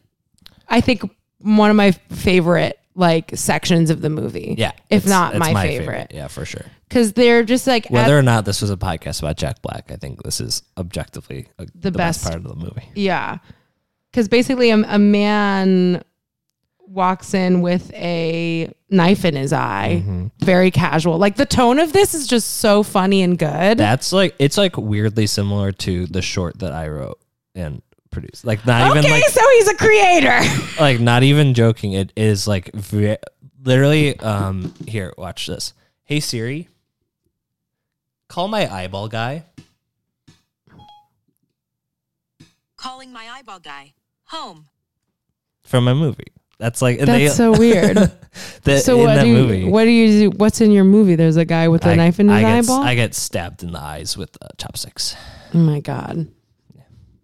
I think one of my favorite like sections of the movie.
Yeah,
If
it's-
not
it's
my, favorite.
Yeah, for sure.
Cuz they're just like at-
Whether or not this was a podcast about Jack Black, I think this is objectively a, the,
best.
best. part of the movie.
Yeah. Because basically, a, a man walks in with a knife in his eye,
Mm-hmm.
very casual. Like the tone of this is just so funny and good.
That's like it's like weirdly similar to the short that I wrote and produced. Like not even
okay,
like
so he's a creator.
like not even joking it is like ve- literally um here watch this hey siri call my eyeball guy
Calling my eyeball guy. Home.
from a movie that's like and
That's so weird.
the,
so
in
what
that
do you,
movie
what do you do? What's in your movie? There's a guy with a
I-
knife in his
I get, s-
eyeball.
i get stabbed in the eyes with uh, chopsticks
oh my god,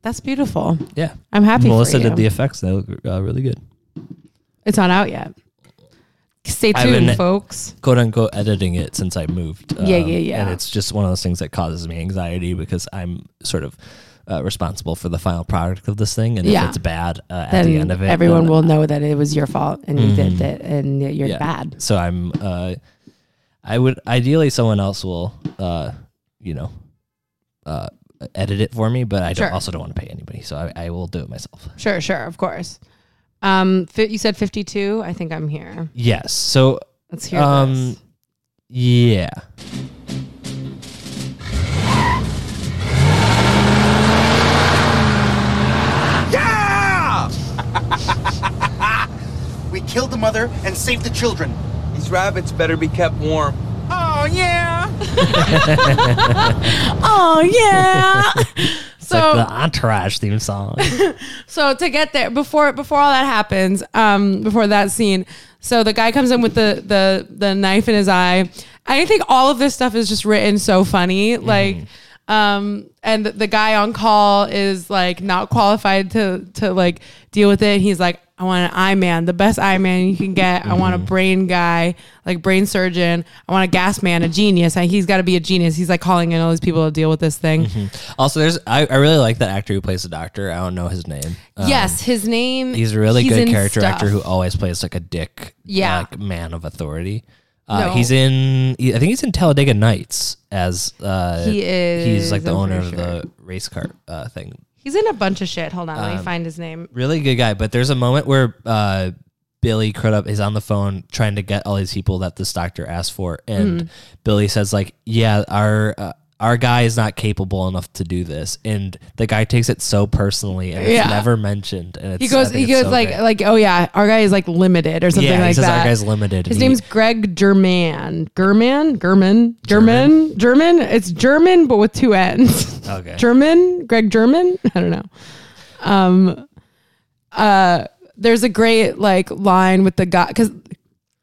that's beautiful.
yeah
I'm happy.
melissa
for you.
did the effects they look uh, really good
It's not out yet. Stay
I've been-
tuned, folks.
quote unquote editing it since i moved um,
Yeah, yeah, yeah.
and it's just one of those things that causes me anxiety because i'm sort of uh, responsible for the final product of this thing and
Yeah.
if it's bad uh, at
Then
the end of it
everyone
then
will know that it was your fault and you did it and you're
Yeah.
bad.
So I'm uh I would ideally someone else will uh you know uh edit it for me, but I
Sure.
don't, also don't want to pay anybody, so I, I will do it myself.
Sure, sure, of course. Um, fi- you said fifty-two. I think I'm here.
Yes. So
Let's hear
Um,
this.
yeah.
We killed the mother and saved the children.
These rabbits better be kept warm.
Oh yeah.
Oh yeah. so
the entourage theme song.
so to get there before before all that happens, um, before that scene, so the guy comes in with the
Mm-hmm.
the the knife in his eye. I think all of this stuff is just written so funny, like. Um, and the guy on call is like not qualified to to like deal with it. He's like, I want an eye man, the best eye man you can get. I
Mm-hmm.
want a brain guy, like brain surgeon. I want a gas man, a genius. And he's got to be a genius. He's like calling in all these people to deal with this thing.
Mm-hmm. Also, there's I, I really like that actor who plays the doctor. I don't know his name. Um,
yes, his name.
he's a really good
in
character
stuff.
actor who always plays like a dick,
Yeah.
like man of authority. Uh,
No.
He's in, he- I think he's in Talladega Nights as uh,
He
He's like
is,
the
I'm
owner
pretty
of the race car uh, thing.
He's in a bunch of shit. Hold on, let me find his name.
really good guy. But there's a moment where uh, Billy Crudup is on the phone trying to get all these people that this doctor asked for, and
Mm-hmm.
Billy says like, "Yeah, our." Uh, our guy is not capable enough to do this, and the guy takes it so personally, and it's
Yeah.
never mentioned. And it's,
He
I
goes.
think
He
it's
goes
so
like
great.
like oh yeah, our guy is like limited or something
yeah,
like
he says
that.
our guy's limited.
His
and he-
name's Greg German. German? German? German? German? It's German, but with two N's.
Okay.
German? Greg German? I don't know. Um, uh, there's a great like line with the guy because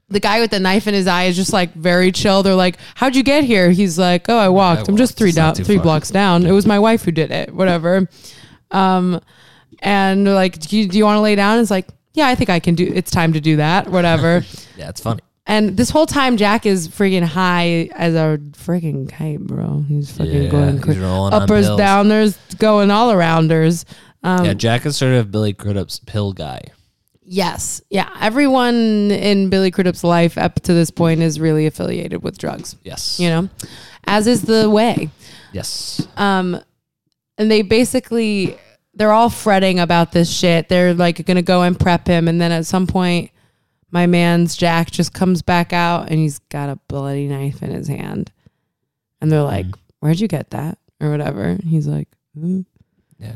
the guy with the knife in his eye is just like very chill. They're like, "How'd you get here?" He's like, "Oh, I walked. I'm just
walked.
three
It's not
down,
too
three
far."
blocks down. It was my wife who did it. Whatever." Um, and they're like, "Do you, do you want to lay down?" It's like, "Yeah, I think I can do. It's time to do that. Whatever."
yeah, it's funny.
And this whole time, Jack is freaking high as a freaking kite, bro. He's fucking
Yeah,
going
he's
cra-
rolling on
uppers,
pills.
downers, going all arounders. Um,
yeah, Jack is sort of Billy Crudup's pill guy.
Yes, yeah. Everyone in Billy Crudup's life up to this point is really affiliated with drugs.
Yes,
You Uh, know, as is the way.
yes,
and they basically they're all fretting about this shit. They're like gonna go and prep him, and then at some point, my man's Jack just comes back out, and he's got a bloody knife in his hand, and they're like, "Where'd you get that?" or whatever. And he's like, "Mm."
yeah.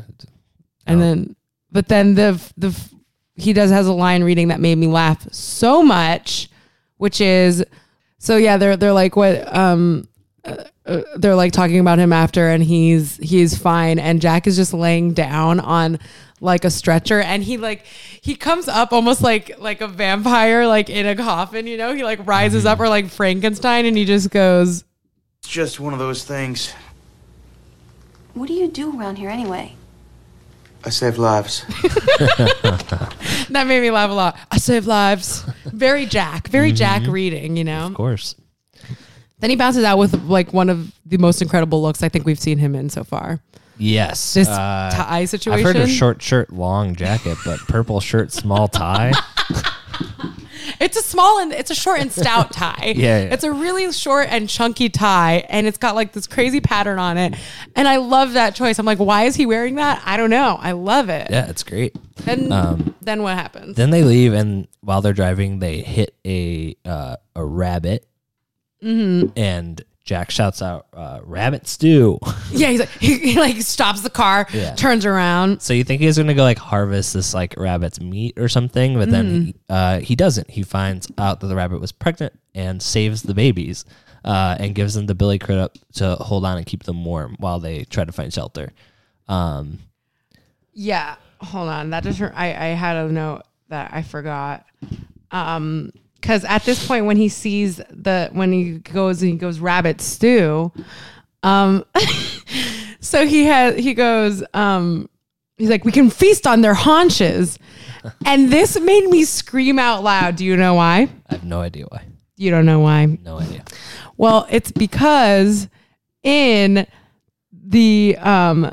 and
Oh.
then, but then the the he does has a line reading that made me laugh so much, which is, so yeah, they're they're like what um they're like talking about him after and he's he's fine and Jack is just laying down on like a stretcher and he like he comes up almost like like a vampire like in a coffin you know he like rises
Mm-hmm.
up or like Frankenstein and he just goes
It's just one of those things.
What do you do around here anyway?
I save lives.
that made me laugh a lot I save lives very Jack very Jack reading you know
Mm-hmm. Of course,
then he bounces out with like one of the most incredible looks I think we've seen him in so far
yes.
this
Uh,
tie
I've
situation
heard of short shirt, long jacket, but purple shirt, small tie.
It's a small and it's a short and stout tie.
Yeah, yeah.
It's a really short and chunky tie and it's got like this crazy pattern on it. And I love that choice. I'm like, why is he wearing that? I don't know. I love it.
Yeah, it's great.
Then then what happens?
Then they leave, and while they're driving, they hit a uh, a rabbit, and Jack shouts out, uh, "Rabbit stew!"
yeah, he's like he, he, like stops the car,
Yeah.
turns around.
so you think he's gonna go like harvest this like rabbit's meat or something, but then he, uh, he doesn't. He finds out that the rabbit was pregnant and saves the babies. Uh, and gives them the Billy Crudup to hold on and keep them warm while they try to find shelter. Um,
Yeah. Hold on. That just re- I I had a note that I forgot. Um cuz at this point when he sees the when he goes and he goes rabbit stew um so he has he goes um he's like we can feast on their haunches. And this made me scream out loud. Do you know why?
I have no idea why.
You don't know why.
No idea.
Well, it's because in the um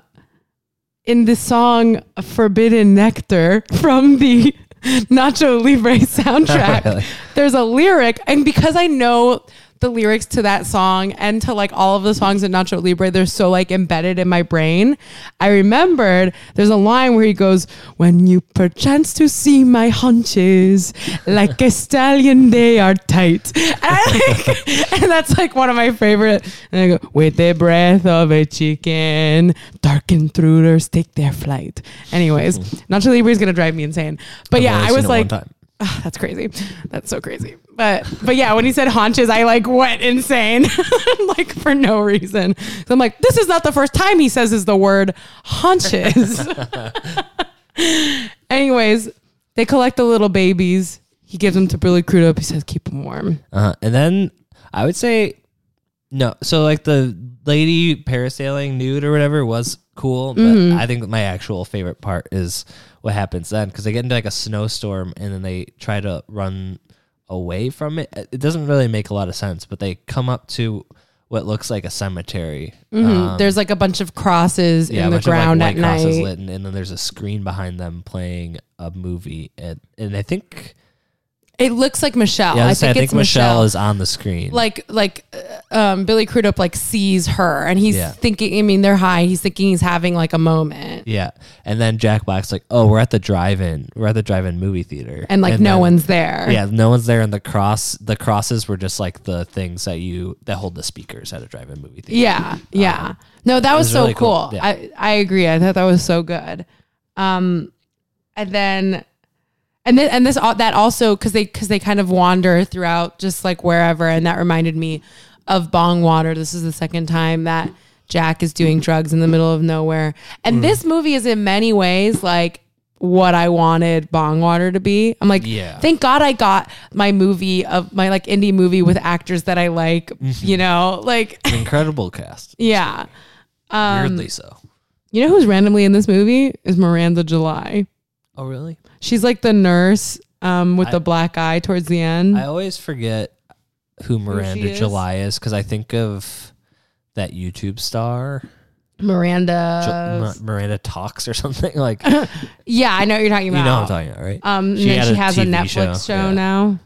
in the song Forbidden Nectar from the Nacho Libre soundtrack,
Really?
there's a lyric and because I know the lyrics to that song and to like all of the songs in Nacho Libre, they're so like embedded in my brain. I remembered there's a line where he goes, When you perchance to see my hunches, like a stallion, they are tight. And, I like, and that's like one of my favorite. And I go, With the breath of a chicken, dark intruders take their flight. Anyways, Nacho Libre is going to drive me insane. But
I've
yeah,
only
I
seen
was
it one
like,
time.
Ah, that's crazy. That's so crazy. But but yeah, when he said haunches, I like went insane, like for no reason. So I'm like, this is not the first time he says is the word haunches. Anyways, they collect the little babies. He gives them to Billy
Uh-huh.
Crudup. He says, keep them warm.
Uh, and then I would say no. So like the lady parasailing nude or whatever was cool, but
Mm-hmm.
I think my actual favorite part is what happens then because they get into like a snowstorm and then they try to run away from it. It doesn't really make a lot of sense, but they come up to what looks like a cemetery. Um,
There's like a bunch of crosses
yeah, a
Mm-hmm. in the
bunch of, like,
ground
white
at
crosses
night.
lit, and, and then there's a screen behind them playing a movie, and, and I think
It looks like Michelle.
yeah, I,
I
was
think,
gonna say, I think
it's Michelle.
is on the screen.
like like uh, um, Billy Crudup like sees her and he's
Yeah.
thinking. I mean, they're high. He's thinking he's having like a moment,
Yeah. And then Jack Black's like, oh, we're at the drive in. We're at the drive in movie theater.
and like no
then-
one's there.
Yeah, no one's there. And the cross the crosses were just like the things that you that hold the speakers at a drive in movie theater.
Yeah, yeah. no, that was,
Um, was
so
really
cool.
cool. Yeah.
I I agree. I thought that was so good. Um, and then, and then, and this al- that also because they because they kind of wander throughout just like wherever, and that reminded me of Bong Water. This is the second time that Jack is doing drugs in the middle of nowhere,
Mm.
and this movie is in many ways like what I wanted Bong Water to be. I'm like,
Yeah.
thank God I got my movie of my like indie movie with actors that I like,
Mm-hmm.
you know, like
An incredible cast.
yeah. Um,
Weirdly so.
You know who's randomly in this movie is Miranda July.
Oh really?
She's like the nurse um, with the black eye towards the end.
I always forget who Miranda
Mm. is?
July is because I think of that YouTube star. Ju-
Miranda.
Mi- Miranda Talks or something. Like you know
yeah, I know what you're talking about.
what I'm talking about, right?
Um, and
She
then
had
she
a
has a
TV
Netflix show,
yeah.
now.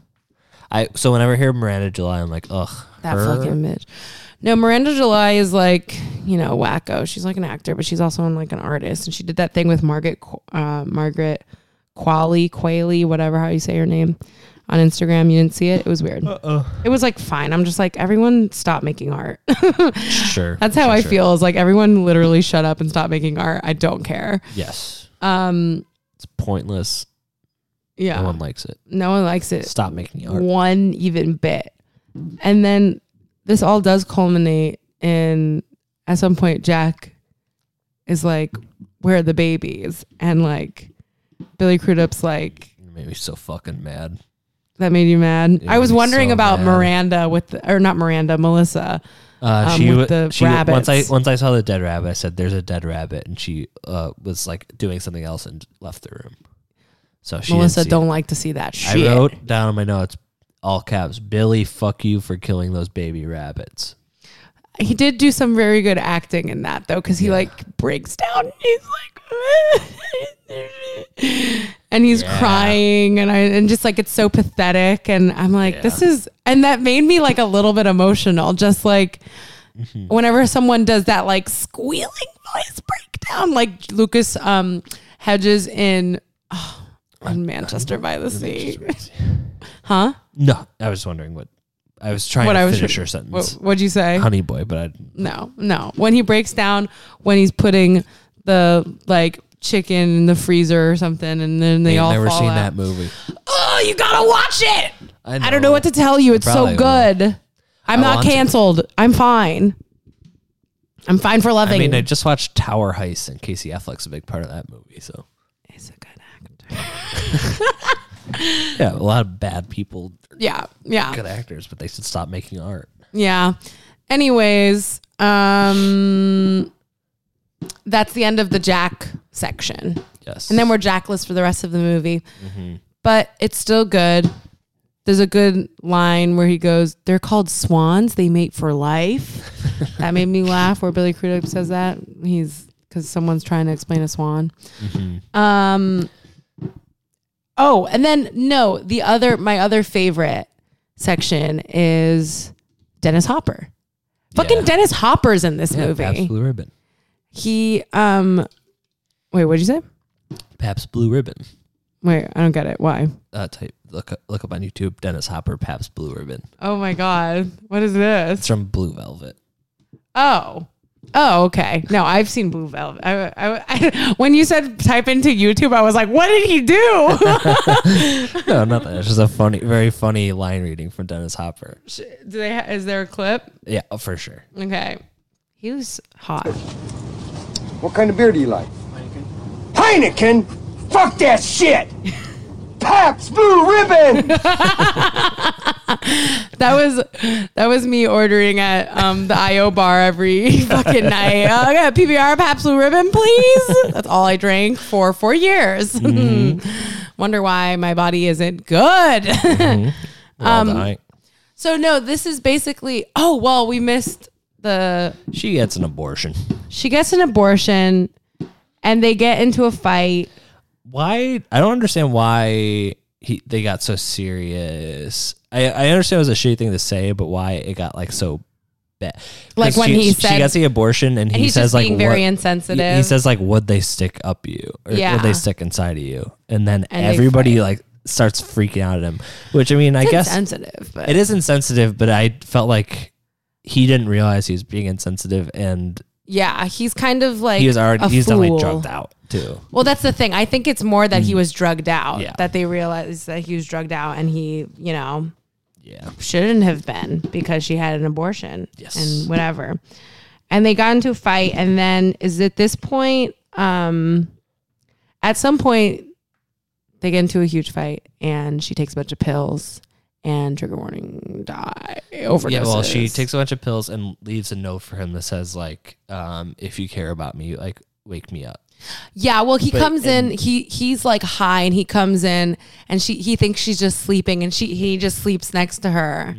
I so whenever I hear Miranda July, I'm like, ugh.
That
her?
fucking bitch. No, Miranda July is like you know wacko. She's like an actor, but she's also like an artist, and she did that thing with Margaret Qu- uh, Margaret Qualley Qualey, whatever how you say her name, on Instagram. You didn't see it. It was weird.
Uh-uh.
Uh-oh. It was like fine. I'm just like everyone stop making art.
Sure.
That's how
sure,
I
sure.
feel. Is like everyone literally shut up and stop making art. I don't care.
Yes.
Um,
It's pointless.
yeah,
No one likes it.
likes it
Stop making art.
one even bit. And then this all does culminate in at some point Jack is like, "Where are the babies?" And like Billy Crudup's like,
It made me so fucking mad.
"That made you mad." I was
made me
wondering
so
about
mad.
Miranda with the, or not Miranda, Melissa.
Uh,
Um,
she
with
with
the
she once I
rabbits.
once I saw the dead rabbit, I said, "There's a dead rabbit," and she uh, was like doing something else and left the room. So she didn't
Melissa
see
don't
it.
like to see that
I
shit.
wrote down in my notes, all caps, "Billy, fuck you for killing those baby rabbits."
he did do some very good acting in that though, because he like breaks down. And he's like, and he's crying, and I and just like it's so pathetic, and I'm like, this is, and that made me like a little bit emotional, just like. Whenever someone does that like squealing voice breakdown, like Lucas um, Hedges in, oh, in Manchester by the Sea, huh?
No, I was wondering what I was trying
What
to
I was
finish
tr-
your
What,
sentence,
what'd you say?
honey boy, but I
No, no. When he breaks down, when he's putting the like chicken in the freezer or something, and then they all
I've never
fall
seen
out.
that movie.
Oh, you gotta watch it.
I,
I don't know what to tell you. It's so
probably
good. I'm
I
not
want to.
canceled. I'm fine. I'm fine for
I
loving.
mean, I just watched Tower Heist, and Casey Affleck's a big part of that movie. So
He's a good actor.
yeah, a lot of bad people
Yeah, yeah,
good actors, but they should stop making art.
yeah. Anyways, um, that's the end of the Jack section.
Yes.
and then we're jackless for the rest of the movie. But it's still good. There's a good line where he goes, "They're called swans. They mate for life." that made me laugh. Where Billy Crudup says that he's because someone's trying to explain a swan. Um. Oh, and then no, the other my other favorite section is Dennis Hopper. Fucking
Yeah.
Dennis Hopper's in this movie.
Paps Blue Ribbon.
He um, wait, what'd you say?
Paps Blue Ribbon.
Wait, I don't get it. Why?
Uh, type look up- look up on YouTube. Dennis Hopper Paps Blue Ribbon.
Oh my God. What is
It's
this?
from Blue Velvet.
Oh. Oh, okay. No, I've seen Blue Velvet. I, I, I- when you said type into YouTube, I was like, what did he do?
No, not that. It's just a funny, very funny line reading from Dennis Hopper.
do they ha- is there a clip?
Yeah, oh, for sure.
Okay. He was hot.
What kind of beer do you like?
Heineken? Fuck that shit!
Paps Blue Ribbon.
That was that was me ordering at um, the IO bar every fucking night. Uh, I got a PBR Pabst Blue Ribbon, please. That's all I drank for four years. Wonder why my body isn't good. Um,
Well, dying.
so no, this is basically. Oh well, we missed the.
she gets an abortion.
She gets an abortion, and they get into a fight.
Why? I don't understand why he they got so serious. I, I understand it was a shitty thing to say, but why it got like so bad?
Like
'Cause
when
she,
he
she
said-
gets the abortion and,
And
he
he's
says
just
like
being very
what-
insensitive.
He says like would they stick up you or
Yeah.
would they stick inside of you? And then
And they
everybody
fight.
like starts freaking out at him. Which I mean, I guess
sensitive, but
it is insensitive, but I felt like he didn't realize he was being insensitive, and
yeah, he's kind of like
he was already
a
he's definitely
fool.
drugged out too.
Well, that's the thing. I think it's more that he was drugged out.
Mm. Yeah.
That they realized that he was drugged out and he, you know,
Yeah.
shouldn't have been because she had an abortion.
Yes.
And whatever. And they got into a fight and then is at this point, um at some point they get into a huge fight and she takes a bunch of pills and trigger warning die overdoses.
Yeah, well, she takes a bunch of pills and leaves a note for him that says like, um, "If you care about me, like, wake me up."
Yeah, well, he
But-
comes in.
and-
He he's like high, and he comes in, and she he thinks she's just sleeping, and she he just sleeps next to her,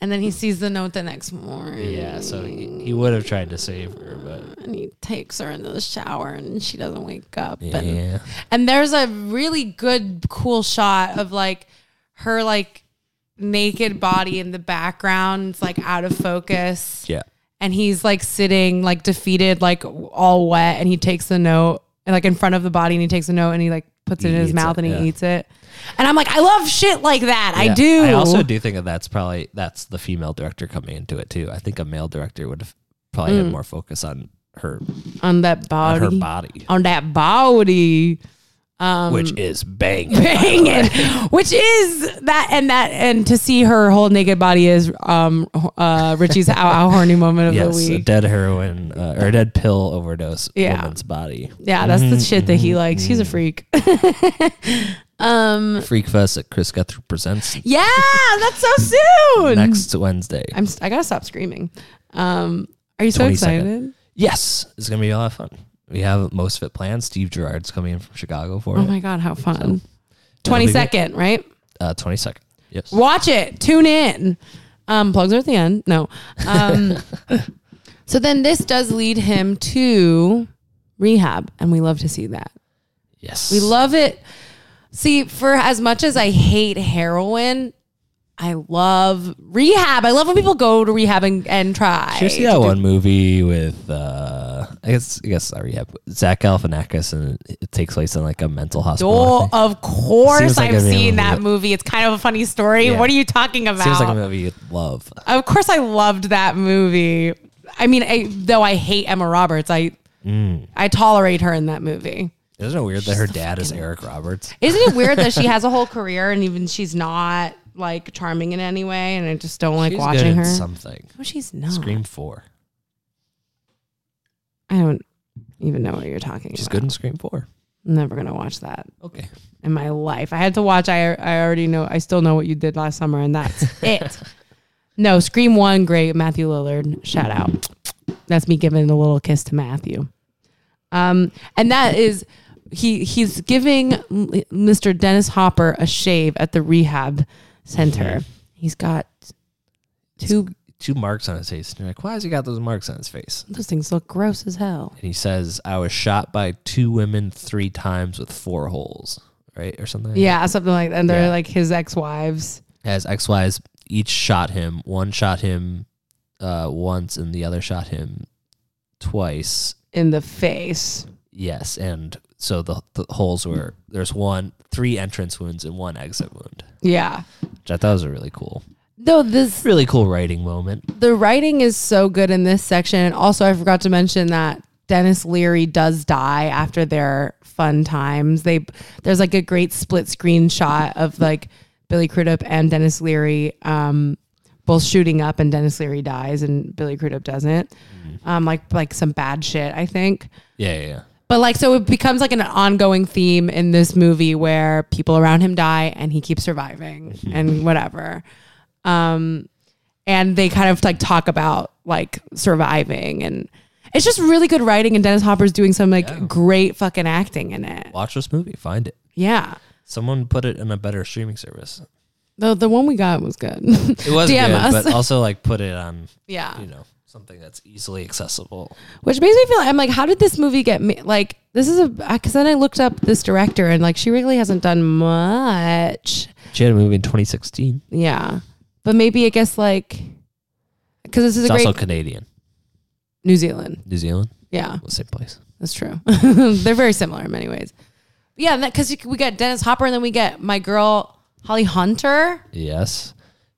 and then he sees the note the next morning.
Mm. Yeah, so he, he would have tried to save her, but
and he takes her into the shower, and she doesn't wake up. And,
yeah,
and there's a really good, cool shot of like her like naked body in the background. It's like out of focus.
yeah,
and he's like sitting like defeated like all wet and he takes the note and like in front of the body and he takes the note and he like puts it
He
in his
eats
mouth
it,
and he
yeah.
eats it and i'm like i love shit like that i
Yeah.
do
I also do think that that's probably that's the female director coming into it too. I think a male director would have probably had more focus on her
on that Mm. body
on her body,
on that body
which is bang.
banging which is that and that and to see her whole naked body is um uh richie's ow ow horny moment of the
Yes, a
week
dead heroin uh, or a dead pill overdose
Yeah.
woman's body.
yeah that's
Mm-hmm,
the shit that he likes he's a freak Mm.
Freak Fest at Chris Guthrie presents
yeah that's so soon
next Wednesday.
I'm s- I gotta stop screaming. Um, are you so
22nd.
excited?
Yes, it's gonna be a lot of fun. We have most of it planned. Steve Gerrard's coming in from Chicago for
Oh
it.
my god, how fun!
That'll
Twenty
be good.
second, right?
Uh, 22nd. Yes.
Watch it. Tune in. Um, plugs are at the end. No. Um, so then this does lead him to rehab, and we love to see that.
Yes.
We love it. See, for as much as I hate heroin, I love rehab. I love when people go to rehab and, and try.
Did you see that one movie with uh I guess I guess sorry, yeah, Zach Galifianakis and it takes place in like a mental hospital. I
Oh,
think.
of course
Seems like
I've
it'd be a
seen
movie.
that movie. It's kind of a funny story.
Yeah.
What are you talking about?
Seems like a movie you'd love.
Of course I loved that movie. I mean, I, though I hate Emma Roberts, I
Mm.
I tolerate her in that movie.
Isn't it weird that her dad is Eric Roberts?
Isn't it weird that she has a whole career and even she's not like charming in any way and I just don't like
She's good
watching
in
her.
something.
no, she's not.
Scream four.
I don't even know what you're talking
She's
about.
good in Scream four.
I'm never going to watch that.
Okay.
in my life. I had to watch. I I already know. I still know what you did last summer, and that's it. No, Scream One, great Matthew Lillard. Shout out. That's me giving a little kiss to Matthew. Um, and that is he he's giving M- Mr. Dennis Hopper a shave at the rehab center. He's got two.
Two marks on his face. And you're like, why has he got those marks on his face?
Those things look gross as hell.
and he says, "I was shot by two women three times with four holes, right, or something." like
Yeah, something like that. And they're
Yeah.
like his ex-wives.
that. As ex wives each shot him. One shot him uh, once, and the other shot him twice.
In the face.
Yes, and so the, the holes were there's one three entrance wounds and one exit wound,
Yeah.
which I thought was a really cool,
Though this
really cool writing moment.
the writing is so good in this section. And also, I forgot to mention that Dennis Leary does die after their fun times. They there's like a great split screen shot of like Billy Crudup and Dennis Leary um, both shooting up, and Dennis Leary dies and Billy Crudup doesn't. Um, like like some bad shit, I think.
Yeah, yeah, yeah.
But like, so it becomes like an ongoing theme in this movie where people around him die and he keeps surviving
Mm-hmm.
and whatever. Um, and they kind of like talk about like surviving and it's just really good writing and Dennis Hopper's doing some like great fucking acting in it.
Watch this movie. Find it.
Yeah.
Someone put it in a better streaming service.
The the one we got was good.
It was
DM
good,
us. Uh.
but also like put it on,
yeah.
you know, something that's easily accessible.
Which makes me feel I'm like, how did this movie get me? Like, this is a because then I looked up this director and like she really hasn't done much.
She had a movie in 2016.
Yeah, but maybe I guess like because this is
It's
a great
also Canadian,
New Zealand.
New Zealand,
Yeah,
the same place.
that's true. They're very similar in many ways. Yeah, because we got Dennis Hopper and then we get my girl Holly Hunter.
Yes.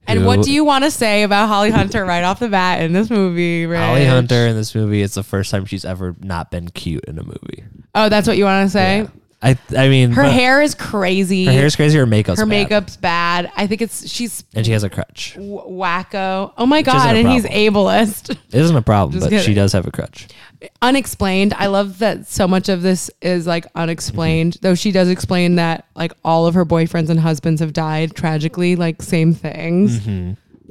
And
Who-
what do you want to say about Holly Hunter right off the bat in this movie? Rich?
Holly Hunter in this movie? It's the first time she's ever not been cute in a movie.
Oh, that's what you want to say.
I I mean
Her
but-
hair is crazy.
her hair's crazy. Her makeup's
her
bad.
makeup's bad. I think it's she's
and she has a crutch. It
w- wacko. Oh my
isn't
god,
a
and he's ableist.
isn't a problem,
Just
but she
kidding.
does have a crutch.
unexplained. I love that so much of this is like unexplained. Though she does explain that like all of her boyfriends and husbands have died tragically, like same things.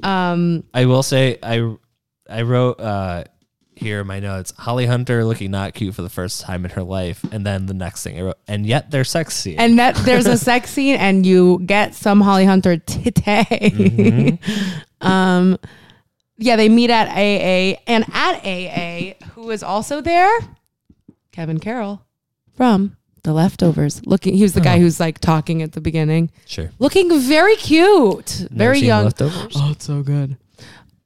I will say I I wrote uh here in my notes Holly Hunter looking not cute for the first time in her life, and then the next thing I wrote, and yet they're sexy.
And that there's a sex scene and you get some Holly Hunter today. um yeah, they meet at AA and at AA, who is also there? Kevin Carroll from The Leftovers. Looking he was the guy who's like talking at the beginning.
sure,
Looking very cute.
Never
Very
seen
young.
Leftovers?
Oh, it's so good.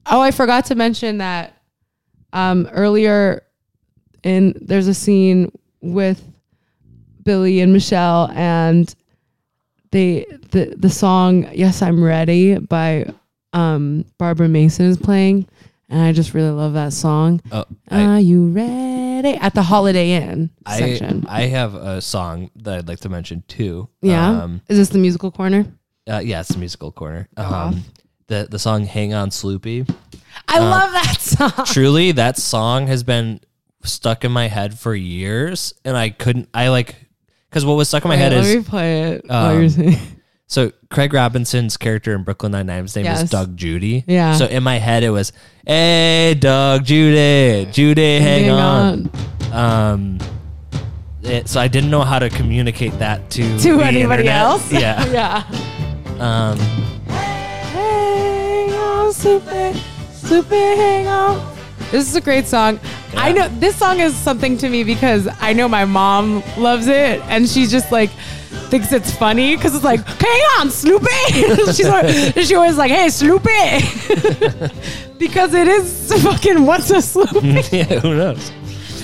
Oh, I forgot to mention that um, earlier in there's a scene with Billy and Michelle and they the the song Yes I'm Ready by um, Barbara Mason is playing and I just really love that song.
Oh, I,
Are you ready? At the Holiday Inn
I um,
section.
I have a song that I'd like to mention too.
yeah.
Um,
is this the musical corner?
uh, yeah, it's the musical corner. Um, the the song "Hang On, Sloopy."
I
uh,
love that song.
truly that song has been stuck in my head for years and i couldn't i like because what was stuck in my head
Wait, let
is
me play it. while you're
um,
saying-
so craig robinson's character in brooklyn nine-nine his name
Yes.
is doug judy
Yeah.
so in my head it was hey doug judy judy hang, on, um it- so i didn't know how to communicate that to
to
the
anybody
internet.
else.
yeah
yeah.
um
Hang on, super, super, hang on. This is a great song. I know this song is something to me because I know my mom loves it and she just like thinks it's funny because it's like, hang on, Snoopy. She's like, she always like, hey, Snoopy. because it is fucking what's a Snoopy?
yeah who knows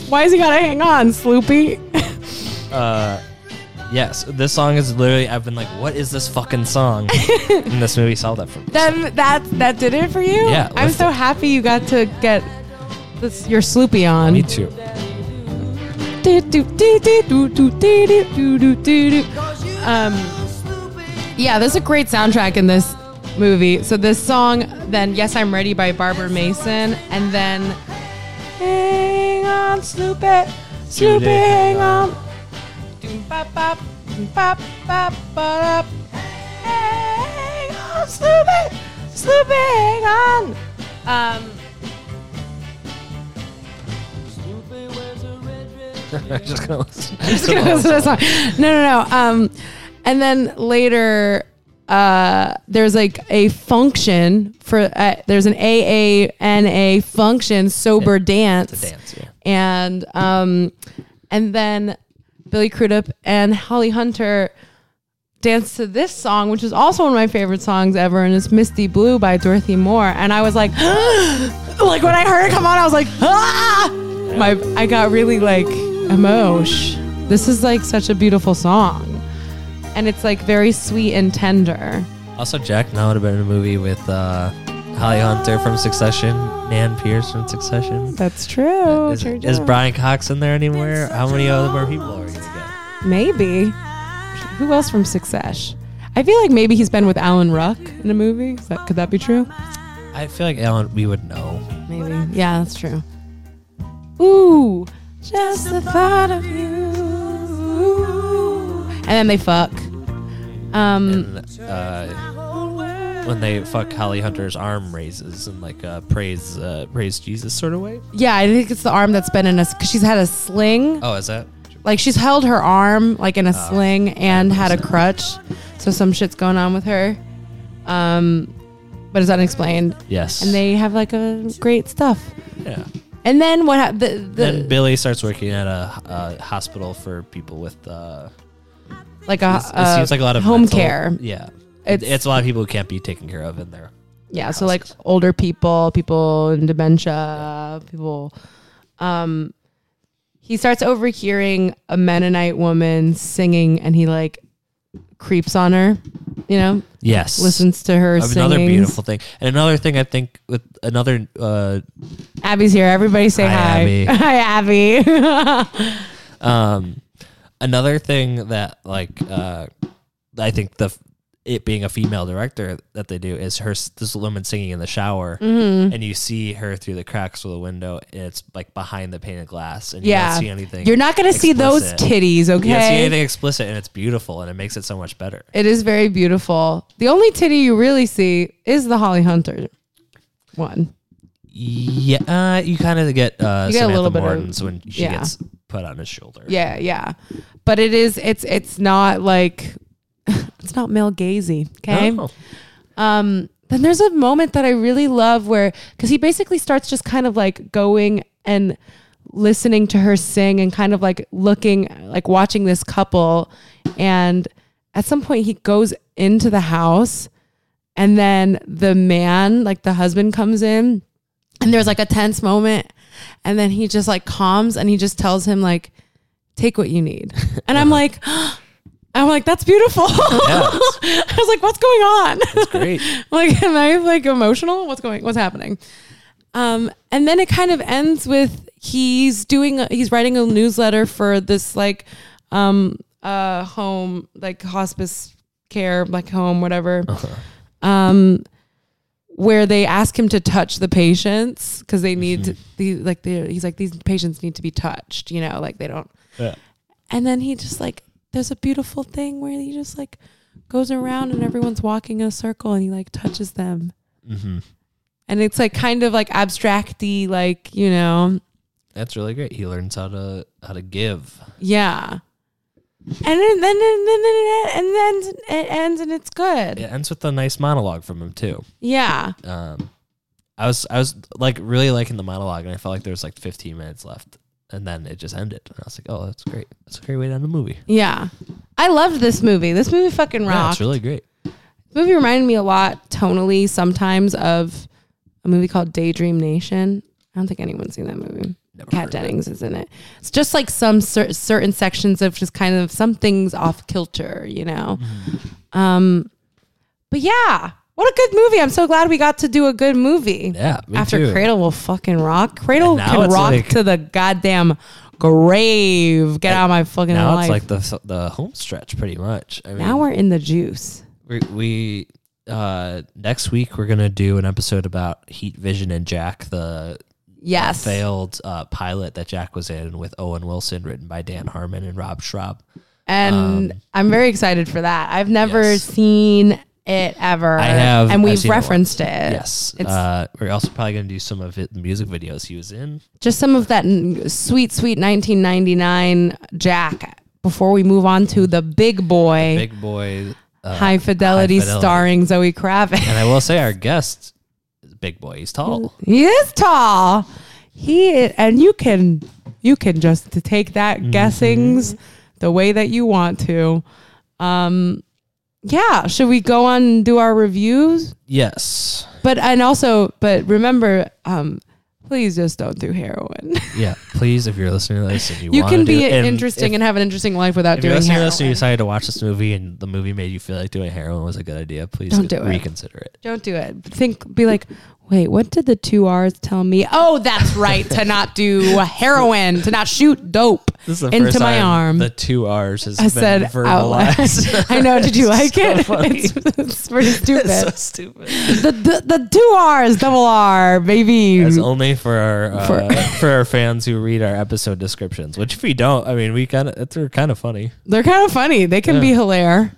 Why is he gotta hang on, Snoopy?
yes this song is literally i've been like what is this fucking song and this movie solved that for me
Then that that did it for you.
Yeah,
I'm
listen.
so happy you got to get this your Sloopy on.
me too
Um, yeah, there's a great soundtrack in this movie. So this song, then "Yes I'm Ready" by Barbara Mason, and then "Hang On, Snoopy, Snoopy, Hang On." Doom bop bop, doom bop bop, ba-dop. Hang on, Snoopy, Snoopy, hang on. Um,
I'm just gonna listen.
That's what I saw. No, no, no. Um, and then later, uh, there's like a function for uh, there's an AANA function sober dance,
dance, yeah.
and um, and then Billy Crudup and Holly Hunter dance to this song, which is also one of my favorite songs ever, and it's "Misty Blue" by Dorothy Moore. And I was like, like when I heard it come on, I was like, ah! My, I got really like emotion. This is like such a beautiful song, and it's like very sweet and tender.
Also, Jack now would have been in a movie with uh, Holly Hunter from Succession, Nan Pierce from Succession.
That's true.
Is, is Brian Cox in there anymore? How many other more people are we gonna
maybe? Who else from Success? I feel like maybe he's been with Alan Ruck in a movie. Is that, could that be true?
get? I feel like Alan, we would know.
Maybe. Yeah, that's true. Ooh, Just the thought of you. And then they fuck. Um,
And, uh, when they fuck Holly Hunter's arm raises in like a praise uh, praise Jesus sort of way.
yeah, I think it's the arm that's been in a because she's had a sling.
Oh, is that?
Like she's held her arm like in a sling and had a crutch, so some shit's going on with her. Um, but it's unexplained.
Yes.
And they have like a great stuff.
yeah.
And then what? hap the, the
then Billy starts working at a, a hospital for people with. Uh,
like a,
it
a
seems like a lot of
Uh, home
mental-
care.
Yeah, it's,
It's-
it's a lot of people who can't be taken care of in there.
Yeah, so like older people, people in dementia, people. Um, he starts overhearing a Mennonite woman singing, and he like creeps on her. You know,
Yes,
listens to her singing.
Another beautiful thing, and another thing I think with another uh,
Abby's here. Everybody say
Hi,
hi.
Abby.
hi, Abby.
um another thing that like uh i think the f- it being a female director that they do is her s- this woman singing in the shower
Mm-hmm.
and you see her through the cracks of the window and it's like behind the pane of glass and you
yeah,
don't see anything
You're not gonna see those
explicit.
titties, okay?
you don't see anything explicit and it's beautiful and it makes it so much better
It is very beautiful. The only titty you really see is the Holly Hunter one.
yeah uh, you kind of get uh
You get a
you Samantha
little bit of-
Morton's when she
yeah.
gets put on his shoulder
Yeah, yeah. But it is it's it's not like it's not male gazy. Okay.
Oh.
Um then there's a moment that I really love where because he basically starts just kind of like going and listening to her sing and kind of like looking like watching this couple and at some point he goes into the house and then the man like the husband comes in and there's like a tense moment and then he just like calms and he just tells him like take what you need and i'm like i'm like that's beautiful i was like what's going on
it's great
like am i like emotional what's going what's happening um and then it kind of ends with he's doing he's writing a newsletter for this like um uh home like hospice care like home whatever um where they ask him to touch the patients because they need to, the like the, he's like these patients need to be touched you know like they don't
Yeah.
and then he just like there's a beautiful thing where he just like goes around and everyone's walking in a circle and he like touches them
Mm-hmm.
and it's like kind of like abstracty like you know
that's really great he learns how to how to give
yeah and then then then then, then, and then it ends and it's good
it
yeah,
ends with a nice monologue from him too um I was I was like really liking the monologue and I felt like there was like 15 minutes left and then it just ended and I was like oh that's great that's a great way to end a movie
Yeah. I loved this movie. This movie fucking
yeah
rocked.
it's really great
This movie reminded me a lot tonally sometimes of a movie called Daydream Nation. I don't think anyone's seen that movie. Kat Dennings is in it. It's just like some cer- certain sections of just kind of some things off kilter, you know.
Mm-hmm.
Um, but yeah, what a good movie! I'm so glad we got to do a good movie.
Yeah, me
after
too.
Cradle will fucking rock. Cradle
And now
can
it's
rock
like-
to the goddamn grave. Get out of my fucking
now
life.
it's like the the home stretch pretty much I mean
now we're in the juice.
we, we uh next week we're gonna do an episode about Heat Vision and Jack the
Yes.
failed uh, pilot that Jack was in with Owen Wilson written by Dan Harmon and Rob Schraub
and I'm very excited for that. I've never
Um, Yes.
seen it ever.
I have,
and
I've
we've
seen it
referenced it.
once. Yes,
it's
uh, we're also probably going to do some of it, the music videos he was in.
just some of that n- sweet, sweet 1999 Jack. Before we move on to the big boy,
Big boy, uh,
high, fidelity
High Fidelity.
starring Zoe Kravitz.
and I will say our guest is big boy. He's tall.
he is tall. He i- and you can you can just to take that
Mm-hmm.
guessings the way that you want to. Um, yeah, should we go on and do our reviews?
Yes.
But and also, but remember, um, please just don't do heroin.
Yeah. Please, if you're listening to this and you,
you
wanna
can
do,
be
and
interesting
If,
and have an interesting life without
if you're
doing
listening to
heroin.
this and you decided to watch this movie and the movie made you feel like doing heroin was a good idea, please
Don't do it.
reconsider it.
don't do it. Think, be like, Wait, what did the two R's tell me? Oh, that's right. to not do heroin, to not shoot dope
This is the
into
first
my
time
arm.
The two R's has
I
been
said out loud.
verbalized.
I know. Did you like
so
it?
funny.
It's, it's pretty stupid.
it's so stupid.
the, the the two R's, double R, baby.
It's only for our uh, for, our fans who read our episode descriptions. Which, if you don't, I mean, we kind of they're kind of funny.
They're kind of funny. They can be hilarious.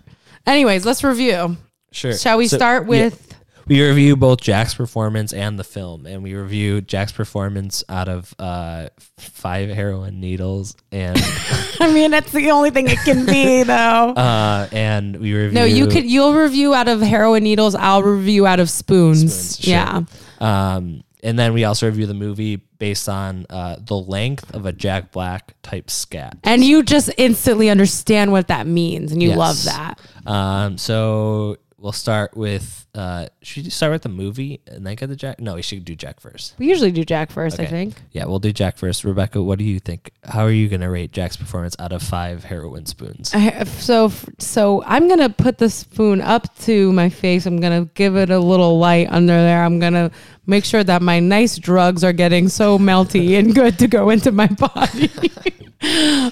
Anyways, let's review.
Sure.
Shall we
So,
start
yeah.
with?
We review both Jack's performance and the film, and we review Jack's performance out of uh, five heroin needles, and
I mean, that's the only thing it can be, though.
uh, and we review.
no, you could. You'll review out of heroin needles. I'll review out of spoons.
Spoons, sure.
Yeah.
Um, and then we also review the movie based on uh, the length of a Jack Black type scat.
And you just instantly understand what that means, and you
Yes.
love that.
Um, so we'll start with. Uh, should we start with the movie and then get the Jack? No, we should do Jack first.
We usually do Jack first, I
Okay.
think.
Yeah, we'll do Jack first. Rebecca, what do you think? How are you going to rate Jack's performance out of five heroin spoons?
I, so, so I'm gonna put the spoon up to my face. I'm gonna give it a little light under there. I'm gonna make sure that my nice drugs are getting so melty and good to go into my body.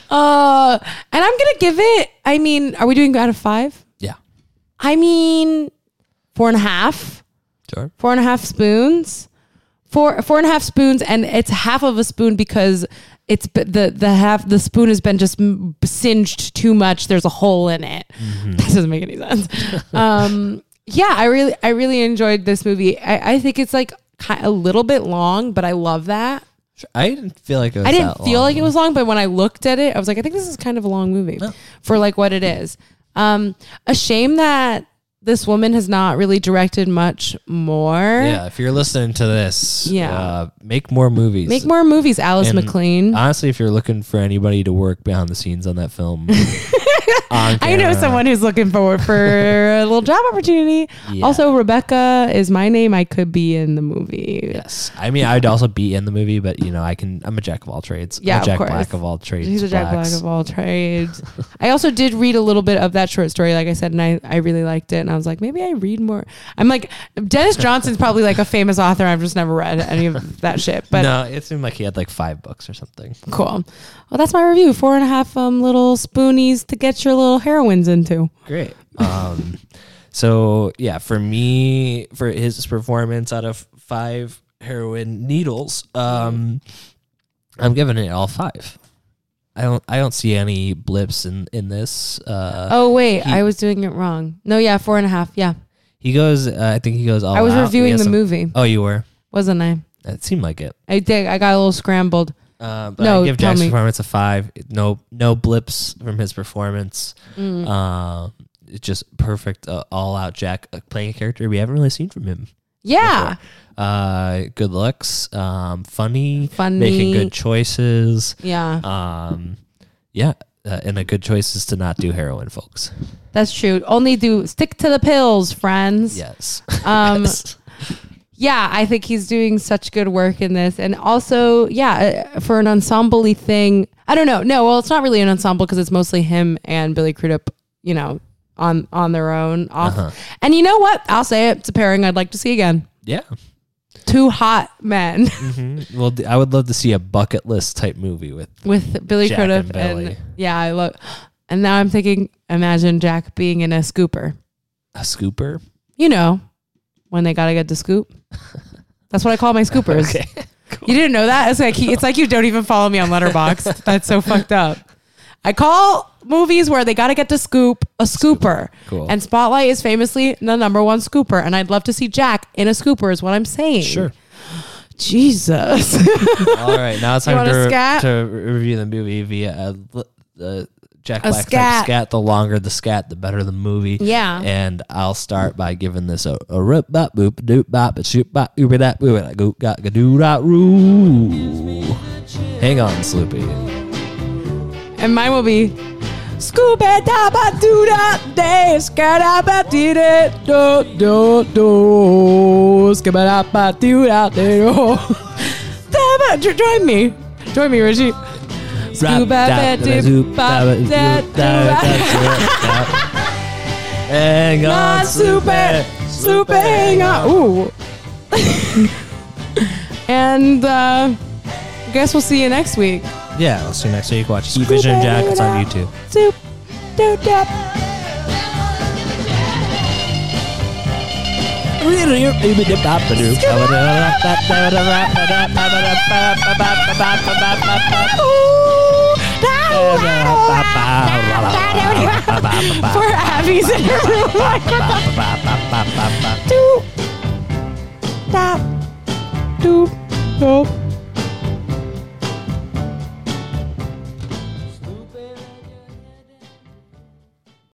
uh, and I'm gonna give it. I mean, are we doing out of five?
Yeah.
I mean, four and a half,
Sure.
four and a half spoons, four four and a half spoons, and it's half of a spoon because it's b- the the half the spoon has been just m- singed too much. There's a hole in it. That doesn't make any sense. um, yeah, I really I really enjoyed this movie. I, I think it's like ki- a little bit long, but I love that.
I didn't feel like it was
I
that
didn't feel
long. Oh.
like it was long, but when I looked at it, I was like, I think this is kind of a long movie for like what it is. Um, a shame that this woman has not really directed much more.
Yeah, if you're listening to this,
Yeah.
uh, make more movies.
Make more movies, Alice
And
McLean.
Honestly, if you're looking for anybody to work behind the scenes on that film, on
I know
camera,
someone who's looking forward for a little job opportunity.
Yeah.
Also, Rebecca is my name. I could be in the movie.
Yes, I mean I'd also be in the movie, but you know I can. I'm a jack of all trades. I'm
Yeah,
a
of
jack
course.
black of all trades.
He's a jack black
blacks.
of all trades. I also did read a little bit of that short story, like I said, and I, I really liked it. And I was like, maybe I read more. I'm like, Dennis Johnson's probably like a famous author. I've just never read any of that shit, but
no, it seemed like he had like five books or something.
cool. Well, that's my review. Four and a half um, little spoonies to get your little heroines into.
Great. Um, so yeah, for me, for his performance out of five heroin needles, um, I'm giving it all five. I don't. I don't see any blips in in this. Uh,
Oh, wait,
he-
I was doing it wrong. No, yeah, four and a half. Yeah,
He goes. Uh, I think he goes all.
I was
out. He
reviewing
has
the
some-
movie,
Oh, you were.
wasn't I?
It seemed like it.
I did. I got a little scrambled.
Uh, but
No,
I give
tell
Jack's
me.
performance a five. No, no blips from his performance.
Mm.
Uh, it's just perfect, uh, all-out Jack uh, playing a character we haven't really seen from him.
Yeah.
Uh, good looks, um, funny,
Funny.
making good choices.
Yeah.
Um, yeah, uh, and a good choice is to not do heroin, folks.
That's true. Only do stick to the pills, friends.
Yes.
Um,
Yes.
yeah, I think he's doing such good work in this. And also, yeah, uh, for an ensemble thing, I don't know. No, well, it's not really an ensemble because it's mostly him and Billy Crudup, you know, on on their own. Off.
Uh-huh.
And you know what? I'll say it. It's a pairing I'd like to see again.
Yeah.
Two hot men
Well, d- I would love to see a bucket list type movie with.
with Billy
Jack
Crudup.
and Billy.
yeah, I love. And now I'm thinking, imagine Jack being in a scooper.
A scooper.
You know, when they gotta get the scoop. That's what I call my scoopers. You didn't know that? It's like it's like you don't even follow me on Letterboxd. That's so fucked up. I call movies where they got to get to scoop a scooper.
Cool.
And Spotlight is famously the number one scooper, and I'd love to see Jack in a scooper. Is what I'm saying.
Sure.
Jesus.
All right, now it's
You
time
want a
to,
scat?
to review the movie via a, uh Jack
A
Black
scat.
type scat. The longer the scat, the better the movie.
Yeah.
And I'll start by giving this a, a rip bop boop doop bop a shoot bop ooba that ooba that goop got gadoo dot roo. Hang on, Sloopy.
and mine will be Scooby Dabba do that day, Scadabba did it, do do do, Scabadabba do that day, oh. Dabba, jo- join me, join me, Richie.
Rap, dap, da, doop, da, ba, doop, da, da, da, da. Hang on,
Not
Sloopy.
super, super hang on. Ooh. And uh, guess we'll see you next week.
Yeah, I'll see you next week. Watch Ski Vision and Jack. It's on YouTube.
Soup, doop, doop.
For
For Abby's interview.